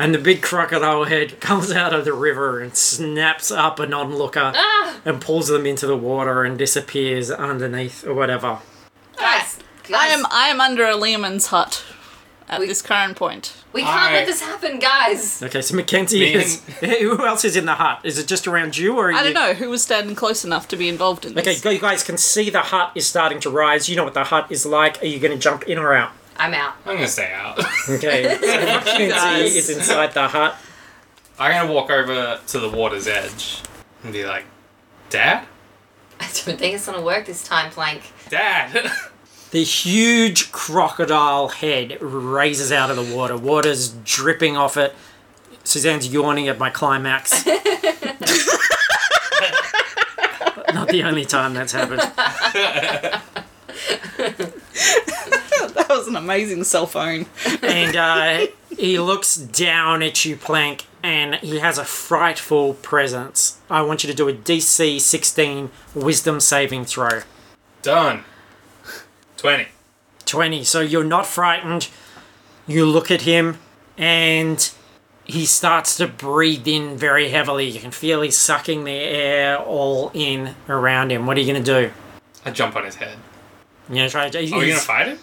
Speaker 2: and the big crocodile head comes out of the river and snaps up an onlooker
Speaker 5: Ah,
Speaker 2: and pulls them into the water and disappears underneath or whatever.
Speaker 5: guys,
Speaker 3: I
Speaker 5: guys,
Speaker 3: am I am under a Lehman's hut at
Speaker 5: We-
Speaker 3: this current point.
Speaker 5: we can't let
Speaker 4: Alright.
Speaker 5: this happen, guys.
Speaker 2: Okay, so Mackenzie
Speaker 4: Me
Speaker 2: is. Who else is in the hut? Is it just around you, or are
Speaker 3: I
Speaker 2: you?
Speaker 3: don't know who was standing close enough to be involved in this.
Speaker 2: Okay, you guys can see the hut is starting to rise. You know what the hut is like. Are you going to jump in or out?
Speaker 5: I'm out.
Speaker 4: I'm gonna stay out.
Speaker 2: Okay, so Mackenzie is inside the hut.
Speaker 4: I'm gonna walk over to the water's edge and be like, Dad?
Speaker 5: I don't think it's gonna work this time, Plank.
Speaker 4: Dad!
Speaker 2: The huge crocodile head raises out of the water. Water's dripping off it. Suzanne's yawning at my climax. Not the only time that's happened.
Speaker 3: that was an amazing cell phone.
Speaker 2: and uh, he looks down at you, Plank, and he has a frightful presence. I want you to do a DC 16 wisdom saving throw.
Speaker 4: Done. 20.
Speaker 2: 20. So you're not frightened. You look at him, and he starts to breathe in very heavily. You can feel he's sucking the air all in around him. What are you going to do?
Speaker 4: I jump on his head.
Speaker 2: You know, try to. He's,
Speaker 4: Are we gonna fight him?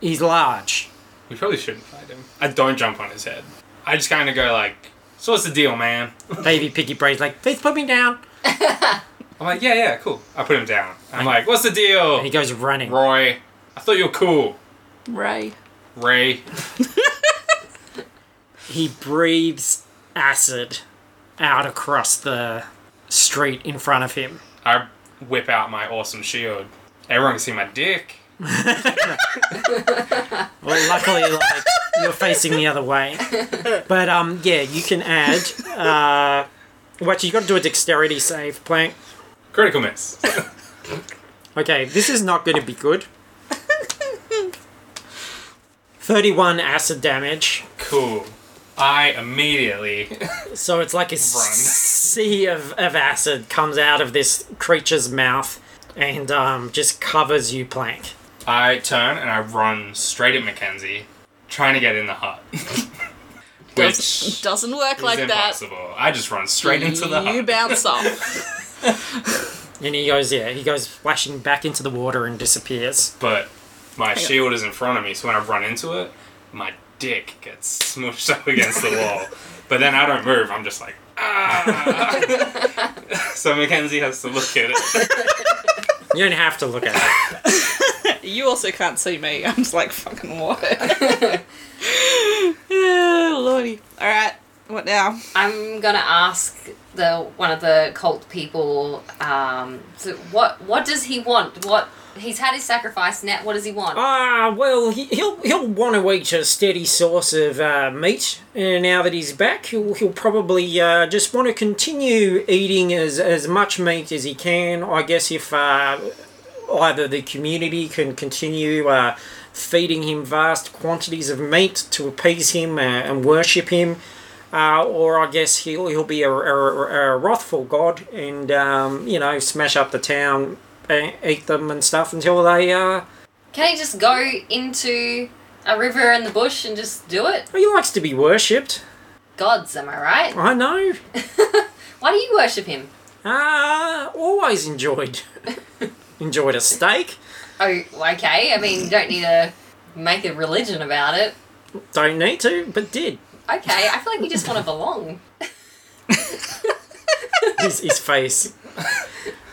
Speaker 2: he's large.
Speaker 4: We probably shouldn't fight him. I don't jump on his head. I just kind of go like, so what's the deal, man?
Speaker 2: Baby piggy brains like, please put me down.
Speaker 4: I'm like, yeah, yeah, cool. I put him down. I'm like, what's the deal?
Speaker 2: And he goes running.
Speaker 4: Roy, I thought you were cool.
Speaker 3: Ray.
Speaker 4: Ray,
Speaker 2: he breathes acid out across the street in front of him.
Speaker 4: I whip out my awesome shield. Everyone can see my dick.
Speaker 2: Well, luckily, like you're facing the other way. But um, yeah, you can add. Uh, what you got to do a dexterity save, Plank.
Speaker 4: Critical miss.
Speaker 2: Okay, this is not going to be good. Thirty-one acid damage.
Speaker 4: cool. I immediately
Speaker 2: So it's like a sea of, of acid comes out of this creature's mouth and um, just covers you, Plank.
Speaker 4: I turn and I run straight at Mackenzie, trying to get in the hut. Which
Speaker 3: Does, doesn't work like
Speaker 4: is
Speaker 3: that.
Speaker 4: impossible. I just run straight into the
Speaker 3: You
Speaker 4: hut.
Speaker 3: bounce off.
Speaker 2: And he goes, yeah, he goes flashing back into the water and disappears.
Speaker 4: but my
Speaker 3: on.
Speaker 4: shield is in front of me, so when I run into it, my dick gets smushed up against the wall. But then I don't move. I'm just like ah. so Mackenzie has to look at it.
Speaker 2: You don't have to look at it.
Speaker 3: You also can't see me. I'm just like fucking what? yeah, lordy. All right. What now?
Speaker 5: I'm gonna ask the one of the cult people. Um, so what what does he want? What he's had his sacrifice. Net. What does he want?
Speaker 2: Ah, well, he, he'll he'll want to eat a steady source of uh, meat, and now that he's back, he'll he'll probably uh, just want to continue eating as as much meat as he can. I guess if uh, either the community can continue uh, feeding him vast quantities of meat to appease him uh, and worship him, uh, or I guess he'll he'll be a, a, a wrathful god and um, you know smash up the town, and eat them and stuff until they. Uh,
Speaker 5: Can he just go into a river in the bush and just do it?
Speaker 2: He likes to be worshipped.
Speaker 5: Gods, am I right?
Speaker 2: I know.
Speaker 5: Why do you worship him?
Speaker 2: Ah, always enjoyed. enjoyed a steak.
Speaker 5: Oh, okay. I mean, you don't need to make a religion about it.
Speaker 2: Don't need to, but did.
Speaker 5: Okay, I feel like you just want to belong.
Speaker 2: His, his face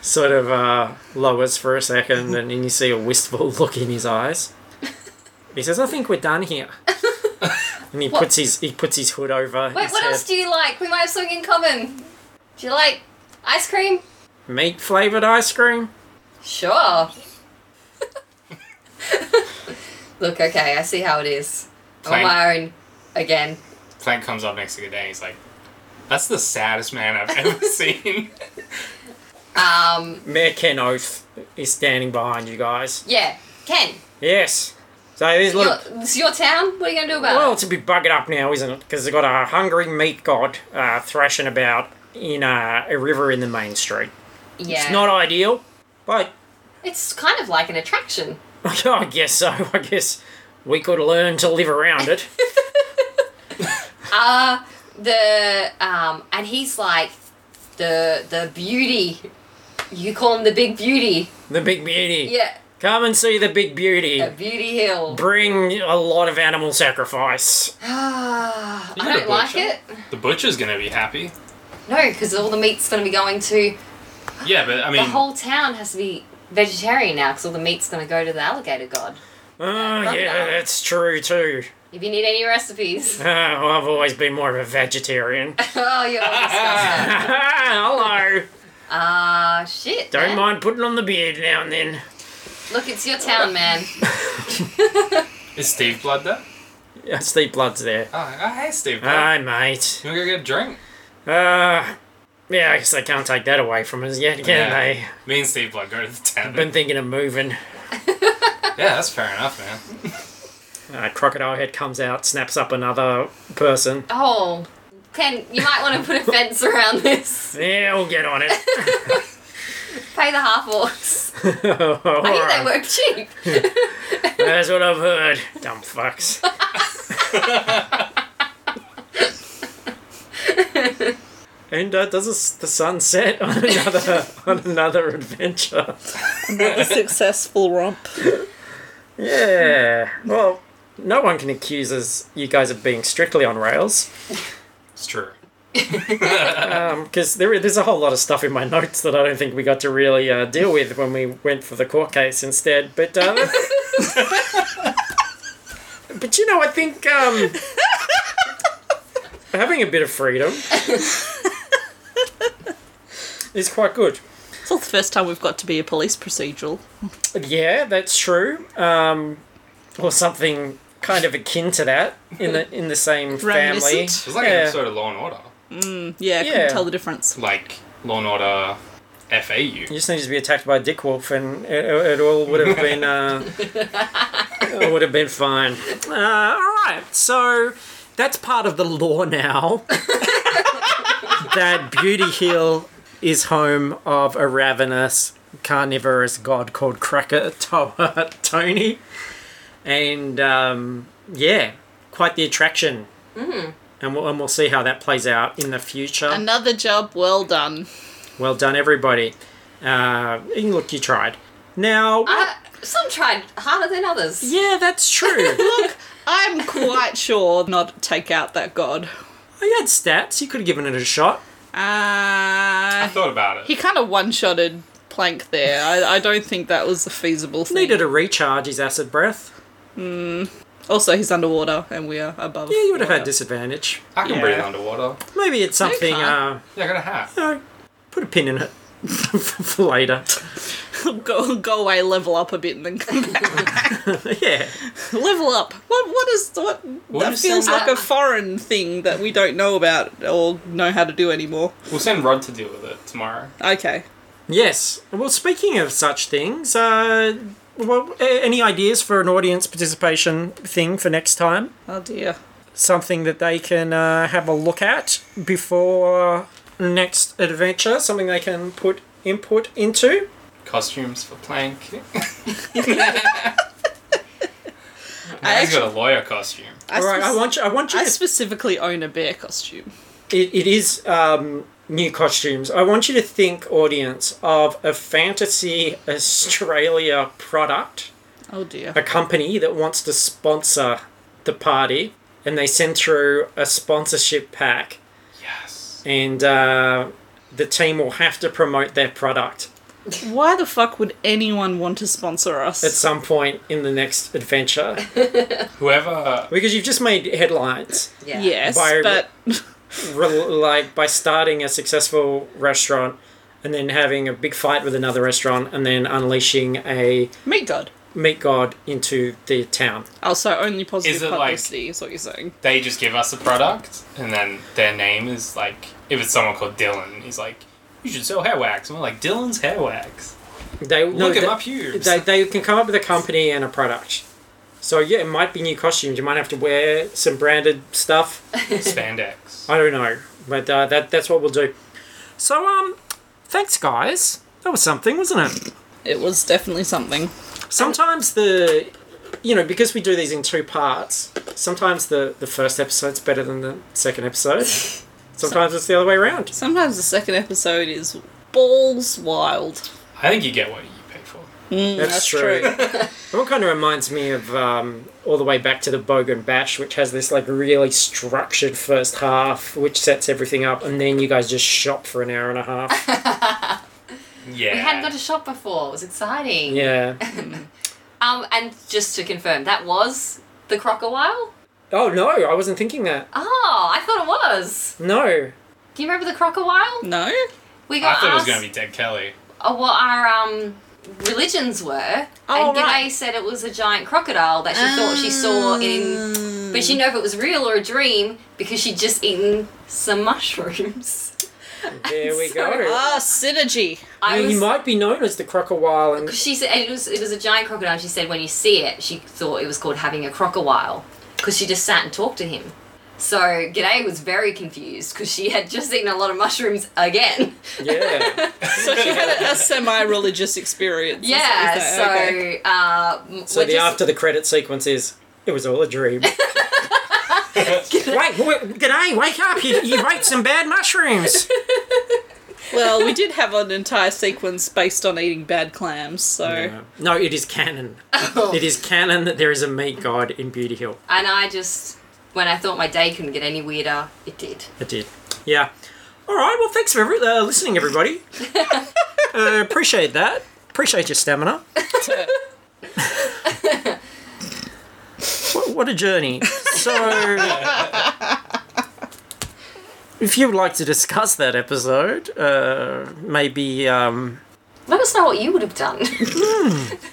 Speaker 2: sort of uh, lowers for a second, and then you see a wistful look in his eyes. He says, "I think we're done here." And he
Speaker 5: What?
Speaker 2: puts his he puts his hood over
Speaker 5: Wait,
Speaker 2: his
Speaker 5: what
Speaker 2: head.
Speaker 5: else do you like? We might have something in common. Do you like ice cream?
Speaker 2: Meat flavored ice cream.
Speaker 5: Sure. Look, okay, I see how it is. I'm on
Speaker 4: Fine.
Speaker 5: my own again.
Speaker 4: Plank comes up next to G'day and he's like, "That's the saddest man I've ever seen."
Speaker 5: Um,
Speaker 2: Mayor Ken Oath is standing behind you guys.
Speaker 5: yeah, Ken,
Speaker 2: Yes. So there's
Speaker 5: your,
Speaker 2: look.
Speaker 5: it's your town. What are you gonna do about
Speaker 2: Well,
Speaker 5: it?
Speaker 2: it's a bit buggered up now, isn't it? Because they've got a hungry meat god uh, thrashing about in uh, a river in the main street.
Speaker 5: Yeah,
Speaker 2: It's not ideal, but
Speaker 5: It's kind of like an attraction.
Speaker 2: I guess so. I guess we could learn to live around it.
Speaker 5: Uh the um, and he's like the the beauty. You call him the big beauty.
Speaker 2: the big beauty.
Speaker 5: Yeah,
Speaker 2: Come and see the big beauty.
Speaker 5: at Beauty Hill.
Speaker 2: Bring a lot of animal sacrifice.
Speaker 5: Ah, I
Speaker 4: You're the
Speaker 5: don't like
Speaker 4: butcher.
Speaker 5: it.
Speaker 4: The butcher's gonna be happy.
Speaker 5: No, because all the meat's going to be going to.
Speaker 4: Yeah, but I
Speaker 5: The
Speaker 4: mean,
Speaker 5: whole town has to be vegetarian now because all the meat's going to go to the alligator god.
Speaker 2: Oh, yeah,
Speaker 5: crocodile.
Speaker 2: that's true too.
Speaker 5: If you need any recipes.
Speaker 2: Oh, I've always been more of a vegetarian.
Speaker 5: oh, you're all disgusting.
Speaker 2: Hello.
Speaker 5: Ah, shit.
Speaker 2: Don't
Speaker 5: man.
Speaker 2: mind putting on the beard now and then.
Speaker 5: Look, it's your town, man.
Speaker 4: is Steve Blood there?
Speaker 2: Yeah, Steve Blood's there.
Speaker 4: Oh, oh, hey, Steve
Speaker 5: Uh-huh.
Speaker 4: Blood.
Speaker 2: Hi, mate.
Speaker 4: you wanna go get a drink?
Speaker 2: Uh, yeah, I guess they can't take that away from us yet, can
Speaker 4: Yeah.
Speaker 2: they?
Speaker 4: Me and Steve Blood go to the town.
Speaker 2: I've been thinking of moving.
Speaker 4: yeah, that's fair enough, man.
Speaker 2: Uh, crocodile head comes out, snaps up another person.
Speaker 5: Oh, Ken, you might want to put a fence around this.
Speaker 2: Yeah, we'll get on it.
Speaker 5: Pay the half orcs. I hear they
Speaker 2: Alright.
Speaker 5: work cheap.
Speaker 2: That's what I've heard. Dumb fucks. and uh, does this- the sun set on another on another adventure?
Speaker 3: Another successful romp.
Speaker 2: Yeah. Well, no one can accuse us you guys of being strictly on rails
Speaker 4: It's true.
Speaker 2: because there, there's a whole lot of stuff in my notes that I don't think we got to really uh, deal with when we went for the court case instead. But uh, but you know, I think um, having a bit of freedom is quite good.
Speaker 3: It's not the first time we've got to be a police procedural.
Speaker 2: Yeah, that's true. Um, or something kind of akin to that in the in the same family.
Speaker 3: Reminiscent.
Speaker 4: It's like an
Speaker 2: Yeah.
Speaker 4: episode of Law and Order,
Speaker 3: Yeah, I
Speaker 2: Yeah.
Speaker 3: couldn't tell the difference.
Speaker 4: like Law and Order FAU.
Speaker 2: You just needed to be attacked by a dick wolf, and it, it all would have been uh, it would have been fine. Uh, all right, so that's part of the law now. that Beauty Hill is home of a ravenous carnivorous god called Cracker Toa Tony, and um, yeah, quite the attraction. Mm. And we'll, and we'll see how that plays out in the future.
Speaker 3: Another job well done.
Speaker 2: Well done, everybody. Uh, and look, you tried. Now,
Speaker 5: Uh, some tried harder than others.
Speaker 2: yeah, that's true. Oh, look,
Speaker 3: I'm quite sure not take out that god.
Speaker 2: I had stats. You could have given it a shot.
Speaker 4: I
Speaker 3: Uh,
Speaker 4: thought about
Speaker 3: he
Speaker 4: it.
Speaker 3: kind of one shotted Plank there. I, I don't think that was a feasible thing.
Speaker 2: Needed to recharge his acid breath.
Speaker 3: Also, he's underwater and we are above.
Speaker 2: Yeah, you would have had
Speaker 3: water.
Speaker 2: disadvantage.
Speaker 4: I can
Speaker 2: Yeah.
Speaker 4: breathe underwater.
Speaker 2: Maybe it's something. Uh,
Speaker 3: can't.
Speaker 4: Yeah, I got a hat.
Speaker 2: you know, put a pin in it for later.
Speaker 3: go go away, level up a bit, and then come back.
Speaker 2: yeah,
Speaker 3: level up. What what is what? that
Speaker 4: is
Speaker 3: feels
Speaker 4: that?
Speaker 3: like a foreign thing that we don't know about or know how to do anymore.
Speaker 4: We'll send Rod to deal with it tomorrow.
Speaker 3: Okay.
Speaker 2: yes. Well, speaking of such things, uh, well, a- any ideas for an audience participation thing for next time?
Speaker 3: Oh dear.
Speaker 2: something that they can uh, have a look at before next adventure, something they can put input into.
Speaker 4: Costumes for Plank.
Speaker 3: I
Speaker 4: He's
Speaker 3: actually,
Speaker 4: got a lawyer costume.
Speaker 3: I,
Speaker 2: All right, I
Speaker 3: spec-
Speaker 2: want you. I want you.
Speaker 3: I
Speaker 2: to,
Speaker 3: specifically own a bear costume.
Speaker 2: it, it is um, new costumes. I want you to think, audience, of a fantasy Australia product,
Speaker 3: Oh dear.
Speaker 2: a company that wants to sponsor the party, and they send through a sponsorship pack,
Speaker 4: Yes.
Speaker 2: and uh, the team will have to promote their product.
Speaker 3: Why the fuck would anyone want to sponsor us?
Speaker 2: at some point in the next adventure
Speaker 4: Whoever.
Speaker 2: because you've just made headlines
Speaker 5: Yeah.
Speaker 3: yes,
Speaker 2: By-
Speaker 3: but
Speaker 2: re- like by starting a successful restaurant and then having a big fight with another restaurant and then unleashing a
Speaker 3: meat god.
Speaker 2: meat god into the town
Speaker 3: Also, only positive
Speaker 4: Is it like-
Speaker 3: publicity is what you're saying.
Speaker 4: They just give us a product, and then their name is like. If it's someone called Dylan, he's like, you should sell hair wax. And we're like, Dylan's hair wax.
Speaker 2: they no,
Speaker 4: Look at
Speaker 2: they,
Speaker 4: my pubes.
Speaker 2: they, they can come up with a company and a product so yeah it might be new costumes you might have to wear some branded stuff
Speaker 4: Spandex.
Speaker 2: I don't know, but uh, that that's what we'll do. So um, thanks guys. That was something, wasn't it?
Speaker 3: It was definitely something.
Speaker 2: Sometimes the, you know, because we do these in two parts. Sometimes the the first episode's better than the second episode. Sometimes it's the other way around.
Speaker 3: Sometimes the second episode is balls wild.
Speaker 4: I think you get what you pay for.
Speaker 5: Mm,
Speaker 6: that's,
Speaker 2: It all kind of reminds me of um, all the way back to the Bogan Bash, which has this like really structured first half, which sets everything up, and then you guys just shop for an hour and a half.
Speaker 4: Yeah.
Speaker 5: We hadn't got to shop before. It was exciting.
Speaker 2: yeah.
Speaker 5: Um, and just to confirm, that was the crocodile.
Speaker 2: Oh no, I wasn't thinking that.
Speaker 5: Oh, I thought it was.
Speaker 2: No.
Speaker 5: Do you remember the crocodile?
Speaker 3: No?
Speaker 5: We
Speaker 4: I
Speaker 5: got
Speaker 4: thought it was
Speaker 5: asked
Speaker 4: gonna be Dead Kelly.
Speaker 5: uh, what our um religions were,
Speaker 3: Oh,
Speaker 5: and G'day
Speaker 3: right.
Speaker 5: said it was a giant crocodile that she thought she saw
Speaker 3: Ah.
Speaker 5: in, but she didn't know if it was real or a dream because she'd just eaten some mushrooms.
Speaker 2: There we go.
Speaker 3: Ah, synergy.
Speaker 5: I
Speaker 2: You
Speaker 5: was.
Speaker 2: might be known as the crocodile, and
Speaker 5: 'cause she said and it was it was a giant crocodile. and She said when you see it, she thought it was called having a crocodile because she just sat and talked to him. So G'day was very confused because she had just eaten a lot of mushrooms again.
Speaker 2: yeah,
Speaker 3: So she had a, a semi-religious experience. is what
Speaker 5: Yeah,
Speaker 3: you say,
Speaker 5: so
Speaker 3: okay.
Speaker 5: uh, m-
Speaker 2: So
Speaker 5: we're
Speaker 2: the
Speaker 5: just-
Speaker 2: after the credit sequence is it was all a dream. Wait, wait, g'day! Wake up! You, you ate some bad mushrooms.
Speaker 3: Well, we did have an entire sequence based on eating bad clams, so
Speaker 2: No, no, it is canon. It is canon that there is a meat god in Beauty Hill.
Speaker 5: and I just when I thought my day couldn't get any weirder, it did.
Speaker 2: It did. Yeah. All right. Well, thanks for every, uh, listening, everybody. uh, appreciate that. Appreciate your stamina. what, what a journey. So, if you would like to discuss that episode, uh, maybe, um,
Speaker 5: Let us know what you would have done.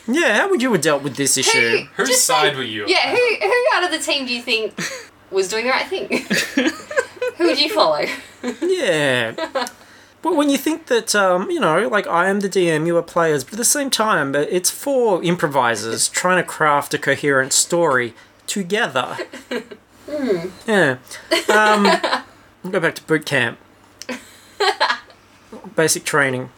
Speaker 2: yeah, how would you have dealt with this issue?
Speaker 4: Whose
Speaker 5: Just
Speaker 4: side
Speaker 5: say-
Speaker 4: were you? on?
Speaker 5: Yeah, who who out of the team do you think was doing the right thing? who would you follow?
Speaker 2: Yeah. But when you think that, um, you know, like I am the DM, you are players, but at the same time, uh, it's four improvisers trying to craft a coherent story together. Yeah. Um, go back to boot camp. Basic training.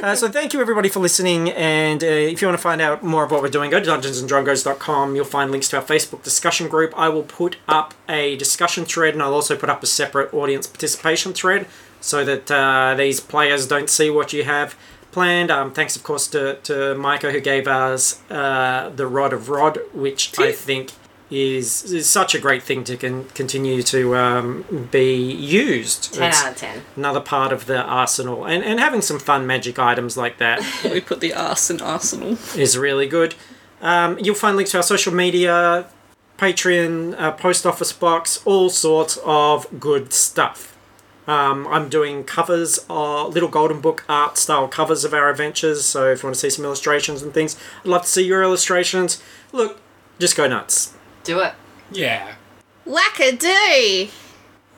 Speaker 2: Uh, so thank you everybody for listening and uh, if you want to find out more of what we're doing go to dungeonsanddrongos.com you'll find links to our facebook discussion group i will put up a discussion thread and i'll also put up a separate audience participation thread so that uh, these players don't see what you have planned um, thanks of course to, to micah who gave us uh, the rod of rod which i think is, is such a great thing to con- continue to um, be used
Speaker 5: Ten
Speaker 2: It's
Speaker 5: out of ten.
Speaker 2: another part of the arsenal and, and having some fun magic items like that
Speaker 3: we put the arse in arsenal.
Speaker 2: is really good. Um, you'll find links to our social media, Patreon, uh, post office box, all sorts of good stuff. Um, I'm doing covers, uh, little golden book art style covers of our adventures. So if you want to see some illustrations and things, I'd love to see your illustrations. Look, just go nuts.
Speaker 5: Do it.
Speaker 4: Yeah.
Speaker 3: Wackadoo!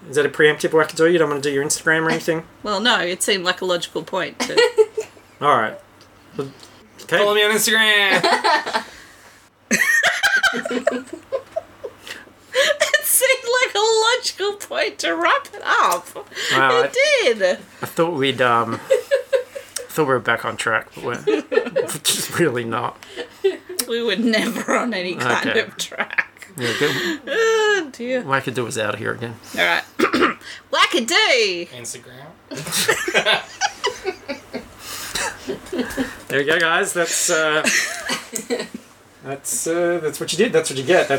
Speaker 2: Is that a preemptive wackadoo? You don't want to do your Instagram or anything?
Speaker 3: Well, no, it seemed like a logical point. To...
Speaker 2: All right. Okay.
Speaker 4: Follow me on Instagram.
Speaker 3: it seemed like a logical point to wrap it up.
Speaker 2: Wow,
Speaker 3: it did.
Speaker 2: I thought we'd um, thought we were back on track, but we're just really not.
Speaker 3: We were never on any kind
Speaker 2: Okay.
Speaker 3: of track.
Speaker 2: Yeah, get,
Speaker 3: Oh dear.
Speaker 2: wackadoo is out of here again.
Speaker 3: All right. Wackadoo!
Speaker 4: Instagram.
Speaker 2: There you go, guys. That's uh, that's uh, that's what you did. That's what you get. That's